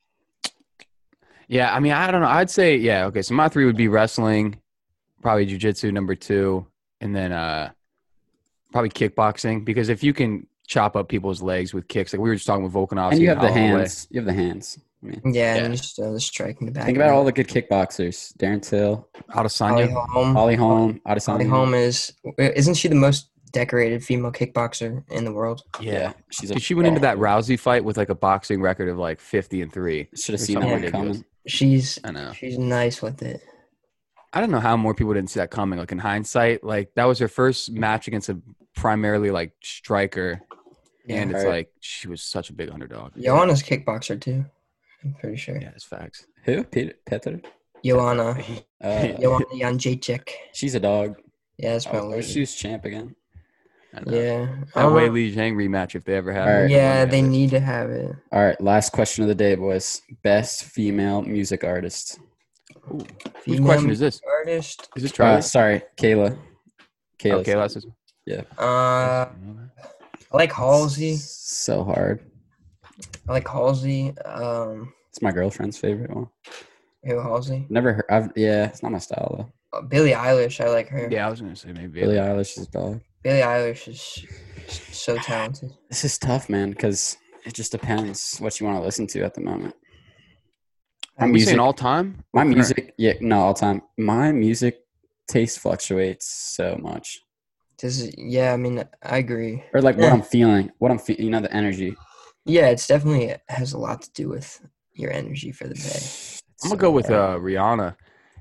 Speaker 2: yeah, I mean, I don't know. I'd say, yeah, okay. So my three would be wrestling, probably jujitsu number two, and then uh probably kickboxing because if you can chop up people's legs with kicks, like we were just talking with Volkanovski,
Speaker 3: and you have the
Speaker 2: Holloway.
Speaker 3: hands. You have the hands. I mean,
Speaker 1: Yeah,
Speaker 2: Yeah.
Speaker 1: and you just uh, the strike in the back.
Speaker 3: think about all the good kickboxers: Darren Till,
Speaker 2: Mm-hmm.
Speaker 1: Holly
Speaker 2: Adesanya.
Speaker 3: Oh,
Speaker 1: Holm.
Speaker 3: Holly Holm,
Speaker 1: Holly
Speaker 3: Adesanya.
Speaker 1: Holm is isn't she the most decorated female kickboxer in the world?
Speaker 2: Yeah.
Speaker 3: she's.
Speaker 2: Because she went into that Rousey fight with like a boxing record of like 50 and 3.
Speaker 3: Should have
Speaker 2: or
Speaker 3: seen that
Speaker 2: something
Speaker 3: one
Speaker 2: ridiculous.
Speaker 3: coming.
Speaker 1: She's
Speaker 2: I know.
Speaker 1: she's nice with it.
Speaker 2: I don't know how more people didn't see that coming. Like in hindsight, like that was her first match against a primarily like striker. And it's
Speaker 3: Right. oh,
Speaker 2: like she was such a big underdog.
Speaker 1: Joanna's kickboxer too. I'm pretty sure.
Speaker 2: Yeah, it's facts.
Speaker 3: Who? Peter, Petter?
Speaker 1: Joanna.
Speaker 3: Uh,
Speaker 1: Joanna Janjacek.
Speaker 3: she's a dog.
Speaker 1: Yeah, that's
Speaker 3: I
Speaker 1: probably.
Speaker 3: wish she was champ again.
Speaker 2: I know.
Speaker 1: yeah. I
Speaker 2: Oh, That
Speaker 1: don't
Speaker 3: Uh-huh.
Speaker 2: Wei
Speaker 1: know.
Speaker 2: Li Zhang rematch, if they ever have it.
Speaker 3: Alright.
Speaker 1: Yeah, they need to have it.
Speaker 3: All right, last question of the day, boys. Best female music artist.
Speaker 2: Whose
Speaker 1: Female
Speaker 2: question is this?
Speaker 1: artist.
Speaker 2: Is this
Speaker 3: Uh,
Speaker 2: Travis?
Speaker 3: sorry, Kayla. Kayla.
Speaker 2: okay, that's this.
Speaker 1: Uh, I like Halsey.
Speaker 3: So hard.
Speaker 1: I like Halsey. Um,
Speaker 3: It's my girlfriend's favorite one.
Speaker 1: who Halsey?
Speaker 3: Never heard. I've, yeah, it's not my style though.
Speaker 1: Uh, Billie Eilish. I like her.
Speaker 2: Yeah, I was going to say maybe.
Speaker 3: Billie Eilish is a dog.
Speaker 1: Billie Eilish is s- so talented.
Speaker 3: This is tough, man, because it just depends what you want to listen to at the moment. My
Speaker 2: Are we saying
Speaker 3: music,
Speaker 2: all time?
Speaker 3: my
Speaker 2: Or-
Speaker 3: music, yeah, no, all time. My music taste fluctuates so much,
Speaker 1: This is yeah. I mean, I agree.
Speaker 3: or like what
Speaker 1: Yeah.
Speaker 3: I'm feeling, what I'm feeling, you know, the energy.
Speaker 1: Yeah, it's definitely has a lot to do with your energy for the day.
Speaker 2: I'm
Speaker 3: So
Speaker 2: gonna go with
Speaker 3: hard.
Speaker 2: uh, Rihanna.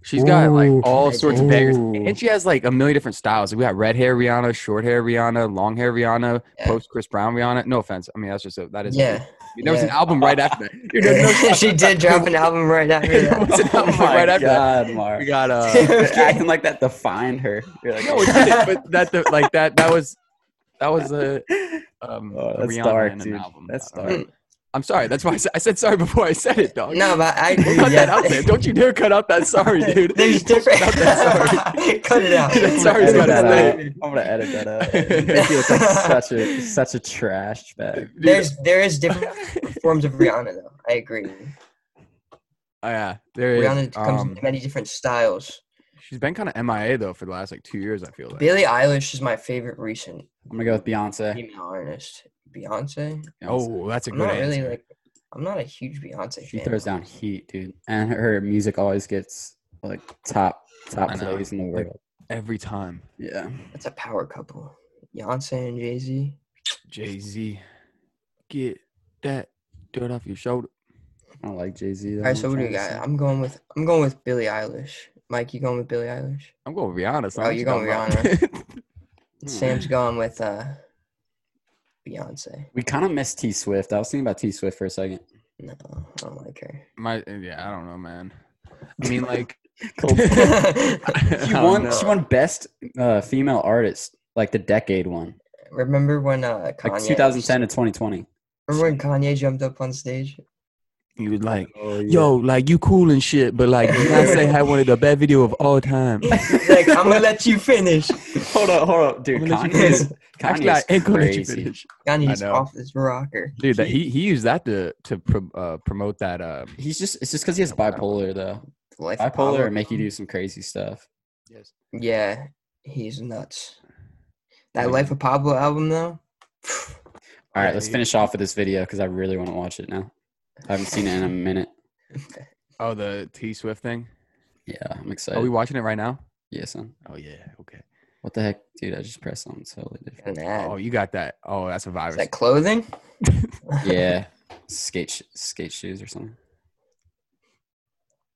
Speaker 2: She's got like
Speaker 3: Ooh.
Speaker 2: all sorts of bangers,
Speaker 3: Ooh.
Speaker 2: and she has like a million different styles. Like, we got red hair Rihanna, short hair Rihanna, long hair Rihanna,
Speaker 1: Yeah.
Speaker 2: post Chris Brown Rihanna. No offense, I mean that's just a, that is
Speaker 1: Yeah,
Speaker 2: There was an
Speaker 1: yeah.
Speaker 2: album right after that. Dude, there was no-
Speaker 1: she did drop an album right after
Speaker 2: there
Speaker 1: that.
Speaker 2: was an
Speaker 3: Oh
Speaker 2: album
Speaker 3: my
Speaker 2: right after that.
Speaker 3: God, Mark.
Speaker 2: We got uh,
Speaker 3: You're acting like that defined her. You're like,
Speaker 2: no, it didn't, but that the, like that that was that was a um
Speaker 3: Oh,
Speaker 2: a
Speaker 3: that's
Speaker 2: Rihanna
Speaker 3: dark,
Speaker 2: and an
Speaker 3: dude.
Speaker 2: album.
Speaker 3: That's
Speaker 2: I don't know.
Speaker 1: dark.
Speaker 2: I'm sorry. That's why I said, I said sorry before I said it, dog.
Speaker 1: No, but I agree.
Speaker 2: cut that
Speaker 1: yeah.
Speaker 2: out there. Don't you dare cut out that sorry, dude.
Speaker 1: There's
Speaker 2: Don't cut
Speaker 1: different.
Speaker 2: out that sorry.
Speaker 1: Cut it out.
Speaker 2: That's
Speaker 3: I'm gonna
Speaker 2: Sorry, it's
Speaker 3: edit
Speaker 2: not
Speaker 3: that
Speaker 2: his
Speaker 3: out.
Speaker 2: name.
Speaker 3: I'm gonna edit that out. It feels like such a such a trash bag.
Speaker 2: Dude,
Speaker 1: There's there is different forms of Rihanna though. I agree.
Speaker 2: Oh, yeah, there is.
Speaker 1: Rihanna comes
Speaker 2: um,
Speaker 1: in many different styles.
Speaker 2: she's been kind of MIA though for the last like two years. I feel like.
Speaker 1: Billie Eilish is my favorite recent
Speaker 3: I'm gonna go with Beyonce.
Speaker 1: female artist. Beyonce.
Speaker 2: oh, that's a
Speaker 1: I'm
Speaker 2: good
Speaker 1: not
Speaker 2: answer.
Speaker 1: really like. I'm not a huge Beyonce
Speaker 3: she
Speaker 1: fan.
Speaker 3: throws down heat, dude, and her music always gets like top top
Speaker 2: I know.
Speaker 3: plays in the world.
Speaker 2: Every time,
Speaker 3: Yeah,
Speaker 1: That's a power couple. Beyonce and Jay Z.
Speaker 2: Jay Z, get that dirt off your shoulder.
Speaker 3: I don't like Jay Z.
Speaker 1: All right, so what do you got? I'm going with I'm going with Billie Eilish. Mike, you going with Billie Eilish?
Speaker 2: I'm going with Rihanna. so
Speaker 1: Oh,
Speaker 2: what
Speaker 1: you're going
Speaker 2: talking about?
Speaker 3: Hmm.
Speaker 1: Sam's going with uh, Beyonce.
Speaker 3: We kind of missed T Swift. I was thinking about T Swift for a second.
Speaker 1: No, I don't like her.
Speaker 2: My yeah, I don't know, man. I mean, like
Speaker 3: She
Speaker 2: I
Speaker 3: won.
Speaker 2: don't
Speaker 3: She
Speaker 2: know.
Speaker 3: won best uh, female artist, like the decade one,
Speaker 1: Remember when uh, Kanye?
Speaker 3: like 2010 to 2020.
Speaker 1: Remember when Kanye jumped up on stage?
Speaker 2: You was like,
Speaker 3: Oh,
Speaker 2: yo, like you cool and shit, but like Beyonce had one of the best video of all time.
Speaker 1: He's like, I'm gonna let you finish.
Speaker 3: hold up, hold up, dude.
Speaker 2: I'm gonna let you
Speaker 3: Kanye's,
Speaker 2: Actually, I
Speaker 3: Kanye's
Speaker 2: ain't gonna let you
Speaker 3: crazy.
Speaker 2: finish.
Speaker 1: Kanye's
Speaker 2: know.
Speaker 1: off his rocker.
Speaker 2: Dude, that, he he used that to to pro, uh, promote that. Um,
Speaker 3: He's just it's just because he has bipolar though.
Speaker 1: The Life of
Speaker 3: Bipolar
Speaker 1: Pablo.
Speaker 3: will make you do some crazy stuff.
Speaker 2: yes.
Speaker 1: Yeah, he's nuts. That
Speaker 2: Yeah.
Speaker 1: Life of Pablo album though.
Speaker 3: All right,
Speaker 2: Yeah,
Speaker 3: let's
Speaker 2: he-
Speaker 3: finish off with this video because I really want to watch it now. I haven't seen it in a minute.
Speaker 2: Oh, the T Swift thing.
Speaker 3: Yeah, I'm
Speaker 2: Are we
Speaker 3: excited.
Speaker 2: watching it right now?
Speaker 3: Yeah, son.
Speaker 2: Oh yeah. Okay.
Speaker 3: What the heck, dude? I just pressed something totally different.
Speaker 1: An ad.
Speaker 2: Oh, you got that. Oh, that's a virus.
Speaker 1: Is that clothing?
Speaker 3: Yeah, skate sh- skate shoes or something.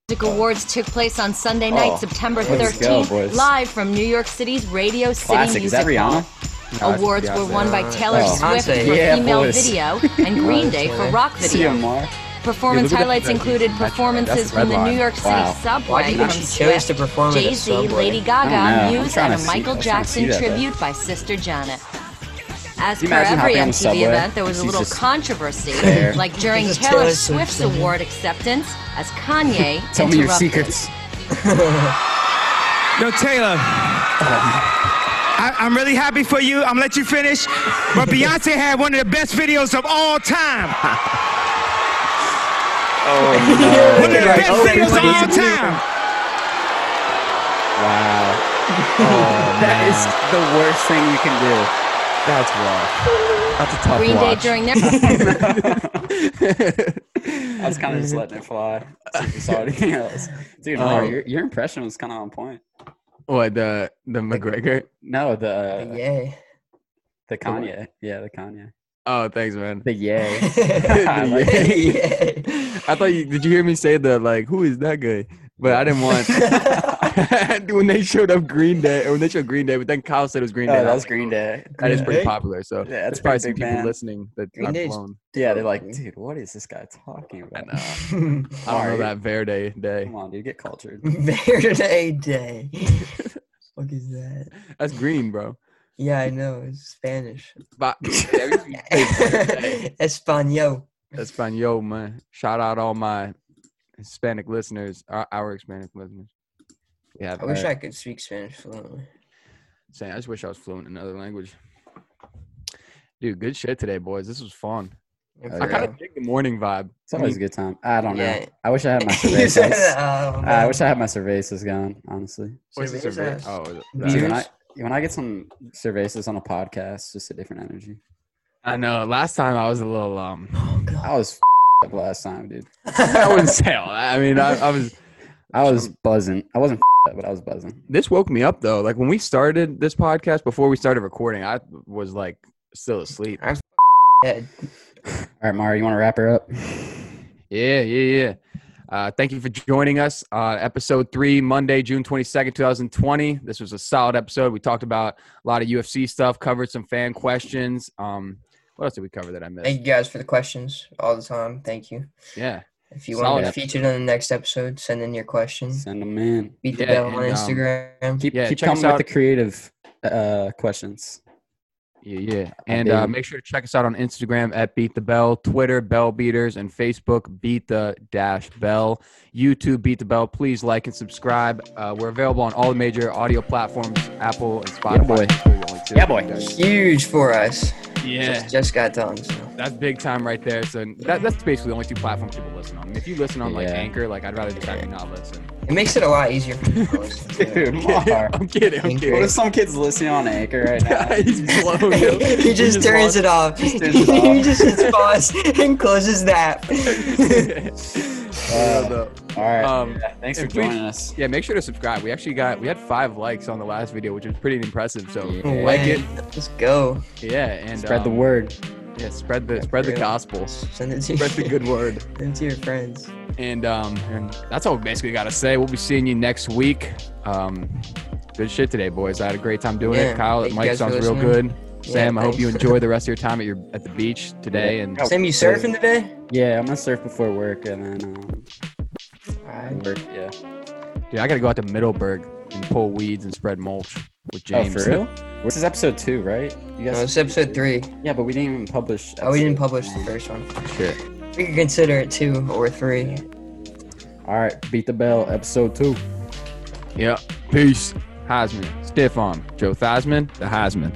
Speaker 6: Music Awards took place on Sunday night,
Speaker 3: Oh,
Speaker 6: September
Speaker 3: let's go,
Speaker 6: 13th,
Speaker 3: boys.
Speaker 6: live from New York City's Radio City
Speaker 3: Classic. Is that
Speaker 6: Music
Speaker 3: Rihanna?
Speaker 6: Hall.
Speaker 2: No, that's
Speaker 6: Awards
Speaker 2: Beyonce.
Speaker 6: were won by
Speaker 1: Uh,
Speaker 6: Taylor
Speaker 3: oh.
Speaker 6: Swift
Speaker 1: Beyonce.
Speaker 6: for
Speaker 3: Yeah,
Speaker 6: female
Speaker 3: boys.
Speaker 6: video and Green Day for rock
Speaker 3: See
Speaker 6: video.
Speaker 3: you, Mark.
Speaker 6: Performance
Speaker 2: Dude, look at that
Speaker 6: highlights
Speaker 2: red line.
Speaker 6: included
Speaker 2: That's-
Speaker 6: performances
Speaker 2: that's red
Speaker 6: from the
Speaker 2: line.
Speaker 6: New York City
Speaker 3: Wow.
Speaker 1: Why do
Speaker 6: subway
Speaker 1: you think
Speaker 6: from
Speaker 1: she chose to
Speaker 6: Swift,
Speaker 1: perform at
Speaker 6: Jay
Speaker 1: a
Speaker 6: Z,
Speaker 1: subway?
Speaker 6: Lady
Speaker 3: I don't
Speaker 6: Gaga,
Speaker 3: know. I'm
Speaker 6: Muse,
Speaker 3: trying
Speaker 6: and a
Speaker 3: to see-
Speaker 6: Michael
Speaker 3: I'm trying to see
Speaker 6: Jackson
Speaker 3: that, though.
Speaker 6: tribute by Sister Janet. As
Speaker 3: you
Speaker 6: per
Speaker 3: imagine hopping
Speaker 6: every
Speaker 3: on the
Speaker 6: MTV
Speaker 3: subway?
Speaker 6: event, there was a
Speaker 3: She's
Speaker 6: little
Speaker 3: just
Speaker 6: controversy,
Speaker 3: there.
Speaker 6: like during
Speaker 1: This is
Speaker 6: Taylor
Speaker 1: Taylor Swift
Speaker 6: Swift's
Speaker 1: singing.
Speaker 6: award acceptance, as Kanye
Speaker 3: Tell me your
Speaker 6: interrupted.
Speaker 3: secrets.
Speaker 7: Yo, Taylor. I, I'm really happy for you. I'm gonna let you finish. But Beyonce had one of the best videos of all time. One of the best
Speaker 1: Like, oh,
Speaker 7: videos of all
Speaker 1: everybody's-
Speaker 7: time.
Speaker 3: Wow. That is the worst thing you can do. That's rough. That's a tough
Speaker 6: Green Day
Speaker 3: watch.
Speaker 6: during their
Speaker 3: I was kind of just letting it fly. See if you saw anything else. Dude, no,
Speaker 2: Um,
Speaker 3: your, your impression was kind of on point.
Speaker 2: What the the McGregor?
Speaker 3: No, the uh,
Speaker 1: Yeah.
Speaker 3: the Kanye. Yeah, the Kanye.
Speaker 2: Oh, thanks, man.
Speaker 3: The yay. I like it.
Speaker 2: I
Speaker 1: Yeah.
Speaker 2: thought you did. You hear me say the like, who is that guy? But I didn't
Speaker 3: Oh,
Speaker 2: want when they showed up Green Day, or when they showed Green Day, but then Kyle said it was Green Day.
Speaker 3: Oh,
Speaker 2: and I
Speaker 3: that
Speaker 2: was
Speaker 3: was Green Day.
Speaker 2: like, that is
Speaker 1: Green
Speaker 2: pretty
Speaker 1: Day?
Speaker 2: popular. So
Speaker 3: Yeah,
Speaker 2: that's
Speaker 3: that's
Speaker 2: probably
Speaker 3: pretty
Speaker 2: some
Speaker 3: big
Speaker 2: people
Speaker 3: band.
Speaker 2: listening that
Speaker 1: Green
Speaker 2: are
Speaker 1: Day's-
Speaker 2: blown.
Speaker 3: Yeah, they're like,
Speaker 1: Probably.
Speaker 3: dude, what is this guy talking about?
Speaker 2: I know. I don't know
Speaker 3: Sorry.
Speaker 2: that Verde day.
Speaker 3: Come on, dude, get cultured.
Speaker 1: Verde Day. fuck is that?
Speaker 2: That's green, bro.
Speaker 1: Yeah, I know. It's Spanish.
Speaker 2: But
Speaker 1: Espanol.
Speaker 2: Espanol, man. Shout out all my Hispanic listeners, our, our Hispanic listeners. We have.
Speaker 1: I wish
Speaker 2: I,
Speaker 1: I could speak Spanish fluently.
Speaker 2: I just wish I was fluent in another language. Dude, good shit today, boys. This was fun.
Speaker 1: If
Speaker 3: I
Speaker 2: I
Speaker 1: we're
Speaker 2: kind
Speaker 1: real.
Speaker 2: of dig the morning vibe.
Speaker 3: It's always a good time. I don't know.
Speaker 1: Yeah.
Speaker 3: I wish I had my
Speaker 1: You said,
Speaker 3: cervezas.
Speaker 1: um,
Speaker 3: I wish I had my cervezas gone, honestly.
Speaker 2: What's this,
Speaker 1: Cervezas.
Speaker 2: cerve- Oh,
Speaker 1: Beers.
Speaker 3: Dude,
Speaker 2: that-
Speaker 3: when I when I get some cervezas on a podcast, just a different energy.
Speaker 2: I know. Last time I was a little um.
Speaker 1: oh, God.
Speaker 3: I was up last time, dude.
Speaker 2: I wouldn't say all that. I mean, I, I was.
Speaker 3: I was buzzing. I wasn't up, but I was buzzing.
Speaker 2: This woke me up though. Like when we started this podcast, before we started recording, I was like still asleep.
Speaker 1: Dead.
Speaker 3: All right, Mario, you want to wrap her up?
Speaker 2: Mm-hmm. Yeah, yeah, yeah. Uh, thank you for joining us. Uh, episode three, Monday, June 22nd, 2020. This was a solid episode. We talked about a lot of UFC stuff, covered some fan questions. Um, what else did we cover that I missed?
Speaker 1: Thank you guys for the questions all the time. Thank you.
Speaker 2: Yeah.
Speaker 1: If you want
Speaker 2: Solid
Speaker 1: to be
Speaker 2: episode.
Speaker 1: featured on the next episode, send in your questions.
Speaker 3: Send them in.
Speaker 1: Beat the
Speaker 2: Yeah,
Speaker 1: Bell on
Speaker 2: and, um,
Speaker 1: Instagram.
Speaker 3: Keep
Speaker 2: Yeah,
Speaker 3: keep
Speaker 2: check us
Speaker 3: coming with
Speaker 2: out.
Speaker 3: the creative uh, questions.
Speaker 2: Yeah, yeah. And uh,
Speaker 3: dig it.
Speaker 2: make sure to check us out on Instagram at Beat the Bell, Twitter, Bell Beaters, and Facebook, Beat the Dash Bell. YouTube, Beat the Bell. Please like and subscribe. Uh, we're available on all the major audio platforms Apple and Spotify. Yeah, boy. Yeah, boy.
Speaker 1: Huge for us.
Speaker 2: Yeah.
Speaker 1: Just got done. So.
Speaker 2: That's big time right there. So that, that's basically the only two platforms people listen on. If you listen on like
Speaker 3: Yeah.
Speaker 2: Anchor, like I'd rather just have you not listen.
Speaker 1: It makes it a lot easier for people to listen to.
Speaker 3: Dude, Mar.
Speaker 2: I'm kidding. I'm
Speaker 1: Anchor.
Speaker 2: kidding.
Speaker 3: What if some kid's listening on Anchor right now?
Speaker 2: He's blown.
Speaker 1: he just turns it off.
Speaker 3: turns it
Speaker 1: he
Speaker 3: off.
Speaker 1: just hits pause and closes the app.
Speaker 3: Uh, all right.
Speaker 2: Um,
Speaker 3: Yeah, thanks for
Speaker 2: and please-
Speaker 3: joining us.
Speaker 2: Yeah, make sure to subscribe. We actually got we had five likes on the last video, which is pretty impressive. So like it,
Speaker 1: Let's go.
Speaker 2: yeah, and
Speaker 3: Spread the
Speaker 2: um,
Speaker 3: word.
Speaker 2: Yeah, spread the spread the
Speaker 1: Really.
Speaker 2: gospel.
Speaker 1: Send it to
Speaker 2: Spread the
Speaker 1: your,
Speaker 2: good word.
Speaker 1: send it to your friends.
Speaker 2: And um, and that's all we basically got to say. We'll be seeing you next week. Um, good shit today, boys. I had a great time doing
Speaker 1: Yeah,
Speaker 2: it. Kyle,
Speaker 1: thank you
Speaker 2: Mike
Speaker 1: guys for
Speaker 2: sounds real
Speaker 1: listening.
Speaker 2: good. Sam, I hope you
Speaker 1: thanks.
Speaker 2: enjoy the rest of your time at your at the beach today. And
Speaker 1: Sam, you surfing today?
Speaker 3: Yeah, I'm gonna surf before work and then um,
Speaker 1: Alright.
Speaker 3: work. Yeah.
Speaker 2: dude, I got to go out to Middleburg and pull weeds and spread mulch with
Speaker 3: Oh,
Speaker 2: James.
Speaker 3: for real? This is episode two, right? You
Speaker 1: No, it's episode three.
Speaker 3: Yeah, but we didn't even publish.
Speaker 1: Uh, Oh, we didn't
Speaker 3: episode
Speaker 1: publish the
Speaker 3: one.
Speaker 1: first one.
Speaker 2: Shit.
Speaker 1: We could consider it two or three.
Speaker 3: All right, beat the bell, episode two.
Speaker 2: Yeah. Peace. Heisman. Stiff arm. Joe Theismann. The Heisman.